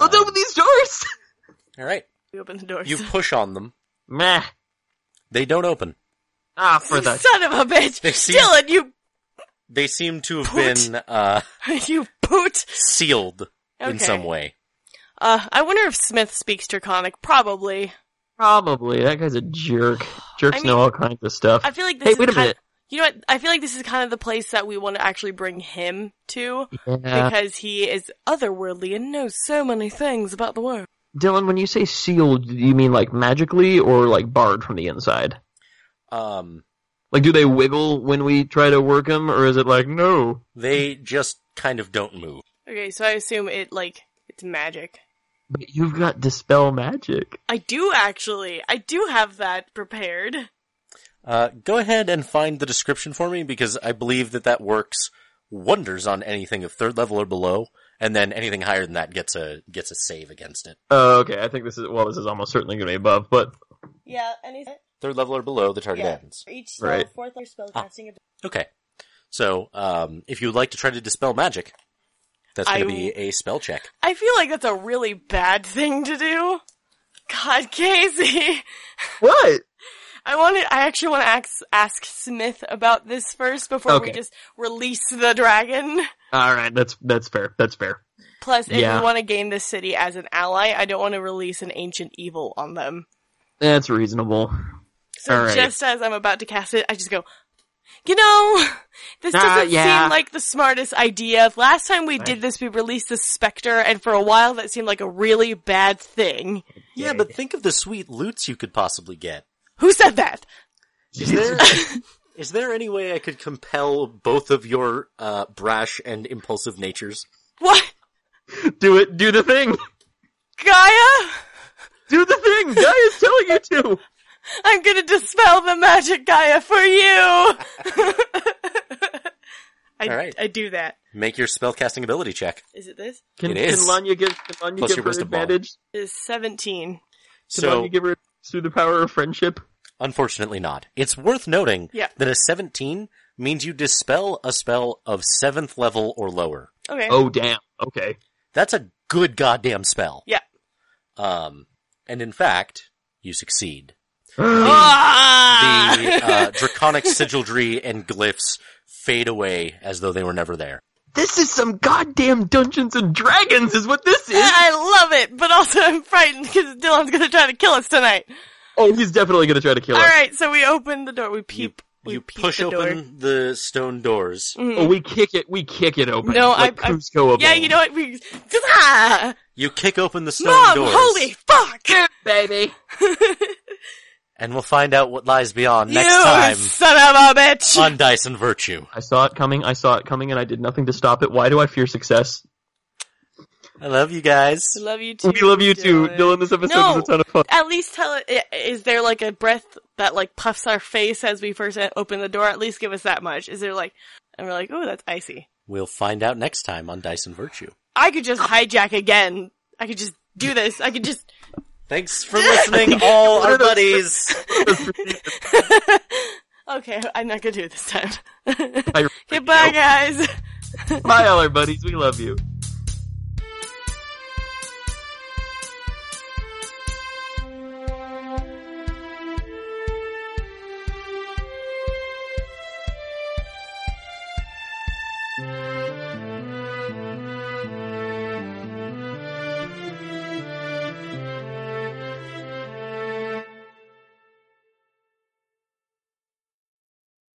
Speaker 3: let's open these doors. (laughs)
Speaker 1: All right.
Speaker 2: we open the (laughs) doors.
Speaker 1: You push on them.
Speaker 3: Meh.
Speaker 1: They don't open.
Speaker 2: (laughs)
Speaker 3: Ah, for the
Speaker 2: Son of a bitch,
Speaker 1: They see-
Speaker 2: Dylan, you
Speaker 1: They seem to have
Speaker 2: Poot.
Speaker 1: been uh,
Speaker 2: you (laughs) poot.
Speaker 1: sealed in
Speaker 2: Okay.
Speaker 1: some way.
Speaker 2: Uh, I wonder if Smith speaks Draconic. Probably.
Speaker 3: probably that guy's
Speaker 1: (sighs)
Speaker 3: a jerk. Jerks
Speaker 2: I
Speaker 3: know all kinds of stuff.
Speaker 2: I feel like this
Speaker 3: Hey,
Speaker 2: is
Speaker 3: wait a
Speaker 2: kind
Speaker 3: minute.
Speaker 2: you know what? I feel like this is kind of the place that we want to actually bring him to
Speaker 3: yeah.
Speaker 2: because he is otherworldly and knows so many things about the world.
Speaker 3: Dylan, when you say sealed, do you mean like magically or like barred from the inside?
Speaker 1: Um,
Speaker 3: Like, do they wiggle when we try to work them, or is it like no?
Speaker 1: they just kind of don't move.
Speaker 2: Okay, so I assume it like it's magic.
Speaker 3: But you've got dispel magic.
Speaker 2: I do actually. I do have that prepared.
Speaker 1: Uh, go ahead and find the description for me because I believe that that works wonders on anything of third level or below, and then anything higher than that gets a gets a save against it.
Speaker 3: Oh, okay. I think this is well. This is almost certainly going to be above, but
Speaker 2: Yeah, and it's
Speaker 1: Third level or below, the target
Speaker 2: Yeah.
Speaker 1: ends.
Speaker 2: each
Speaker 1: (laughs)
Speaker 3: spell, Right.
Speaker 2: fourth level spell
Speaker 1: Ah.
Speaker 2: casting.
Speaker 1: Okay, so um, if you would like to try to dispel magic, that's going
Speaker 2: I-
Speaker 1: to be a spell check.
Speaker 2: I feel like that's a really bad thing to do. God, Casey. (laughs)
Speaker 3: what?
Speaker 2: I want to, I actually want to ask, ask Smith about this first before we
Speaker 3: Okay.
Speaker 2: just release the dragon.
Speaker 3: All right, that's that's fair. That's fair.
Speaker 2: Plus, if
Speaker 3: Yeah.
Speaker 2: we want to gain this city as an ally, I don't want to release an ancient evil on them.
Speaker 3: That's reasonable.
Speaker 2: So
Speaker 3: Alright. (laughs)
Speaker 2: just as I'm about to cast it, I just go, you know, (laughs) this
Speaker 3: Ah,
Speaker 2: doesn't
Speaker 3: yeah.
Speaker 2: seem like the smartest idea. Last time we
Speaker 3: Right.
Speaker 2: did this, we released the specter, and for a while that seemed like a really bad thing.
Speaker 1: Yeah, but think of the sweet loots you could possibly get.
Speaker 2: Who said that?
Speaker 1: Is (laughs) there is there any way I could compel both of your uh, brash and impulsive natures?
Speaker 2: What?
Speaker 3: (laughs) do it. Do the thing.
Speaker 2: Gaia?
Speaker 3: Do the thing. Guy is telling you
Speaker 1: (laughs)
Speaker 3: to.
Speaker 2: I'm gonna dispel the magic Gaia for you! (laughs) I,
Speaker 1: All right.
Speaker 2: I do that.
Speaker 1: Make your spellcasting ability check.
Speaker 2: Is it this?
Speaker 3: Can,
Speaker 1: It is.
Speaker 3: can Lanya give? Can Lanya
Speaker 1: Plus your
Speaker 3: give her
Speaker 1: wisdom ball.
Speaker 3: advantage?
Speaker 2: It is 17.
Speaker 3: Can
Speaker 1: So
Speaker 3: Lanya give her through the power of friendship?
Speaker 1: Unfortunately not. It's worth noting
Speaker 2: Yeah.
Speaker 1: that a 17 means you dispel a spell of 7th level or lower.
Speaker 2: Okay.
Speaker 3: Oh damn. Okay.
Speaker 1: That's a good goddamn spell.
Speaker 2: Yeah.
Speaker 1: Um, and in fact, you succeed.
Speaker 2: Ah!
Speaker 1: The uh, draconic sigilry and glyphs fade away as though they were never there.
Speaker 3: (gasps) this is some goddamn Dungeons and Dragons, is what this is.
Speaker 2: I love it, but also I'm frightened because Dylan's gonna try to kill us tonight.
Speaker 3: Oh, he's definitely gonna try to kill us.
Speaker 2: Alright, so we open the door, we peep.
Speaker 1: You,
Speaker 2: we
Speaker 1: you
Speaker 2: peep
Speaker 1: push
Speaker 2: the door.
Speaker 1: open the stone doors.
Speaker 2: Mhm.
Speaker 3: Oh, we kick it. We kick it open.
Speaker 2: No,
Speaker 3: like
Speaker 2: I- I-
Speaker 3: Cusco
Speaker 2: Yeah, you know what? We. Ah!
Speaker 1: You kick open the stone
Speaker 2: Mom,
Speaker 1: doors.
Speaker 2: holy fuck!
Speaker 3: baby.
Speaker 1: And we'll find out what lies beyond next
Speaker 2: you
Speaker 1: time Uh,
Speaker 2: son of a bitch!
Speaker 1: on Dice and Virtue.
Speaker 3: I saw it coming. I saw it coming, and I did nothing to stop it. Why do I fear success?
Speaker 1: I love you guys.
Speaker 2: I love you too.
Speaker 3: We love you too, Dylan. This episode
Speaker 2: No.
Speaker 3: was a ton of fun.
Speaker 2: At least tell it. i- Is there like a breath that like puffs our face as we first uh, open the door? At least give us that much. Is there like, and we're like, oh, that's icy.
Speaker 1: We'll find out next time on Dice and Virtue.
Speaker 2: I could just hijack again. I could just do this. I could just
Speaker 1: Thanks
Speaker 3: (laughs)
Speaker 1: for listening, all
Speaker 3: What
Speaker 1: our
Speaker 3: are those-
Speaker 1: buddies.
Speaker 2: Okay, I'm not gonna do it this time. (laughs)
Speaker 3: I-
Speaker 2: Goodbye, guys. (laughs)
Speaker 3: Bye, all our buddies. We love you.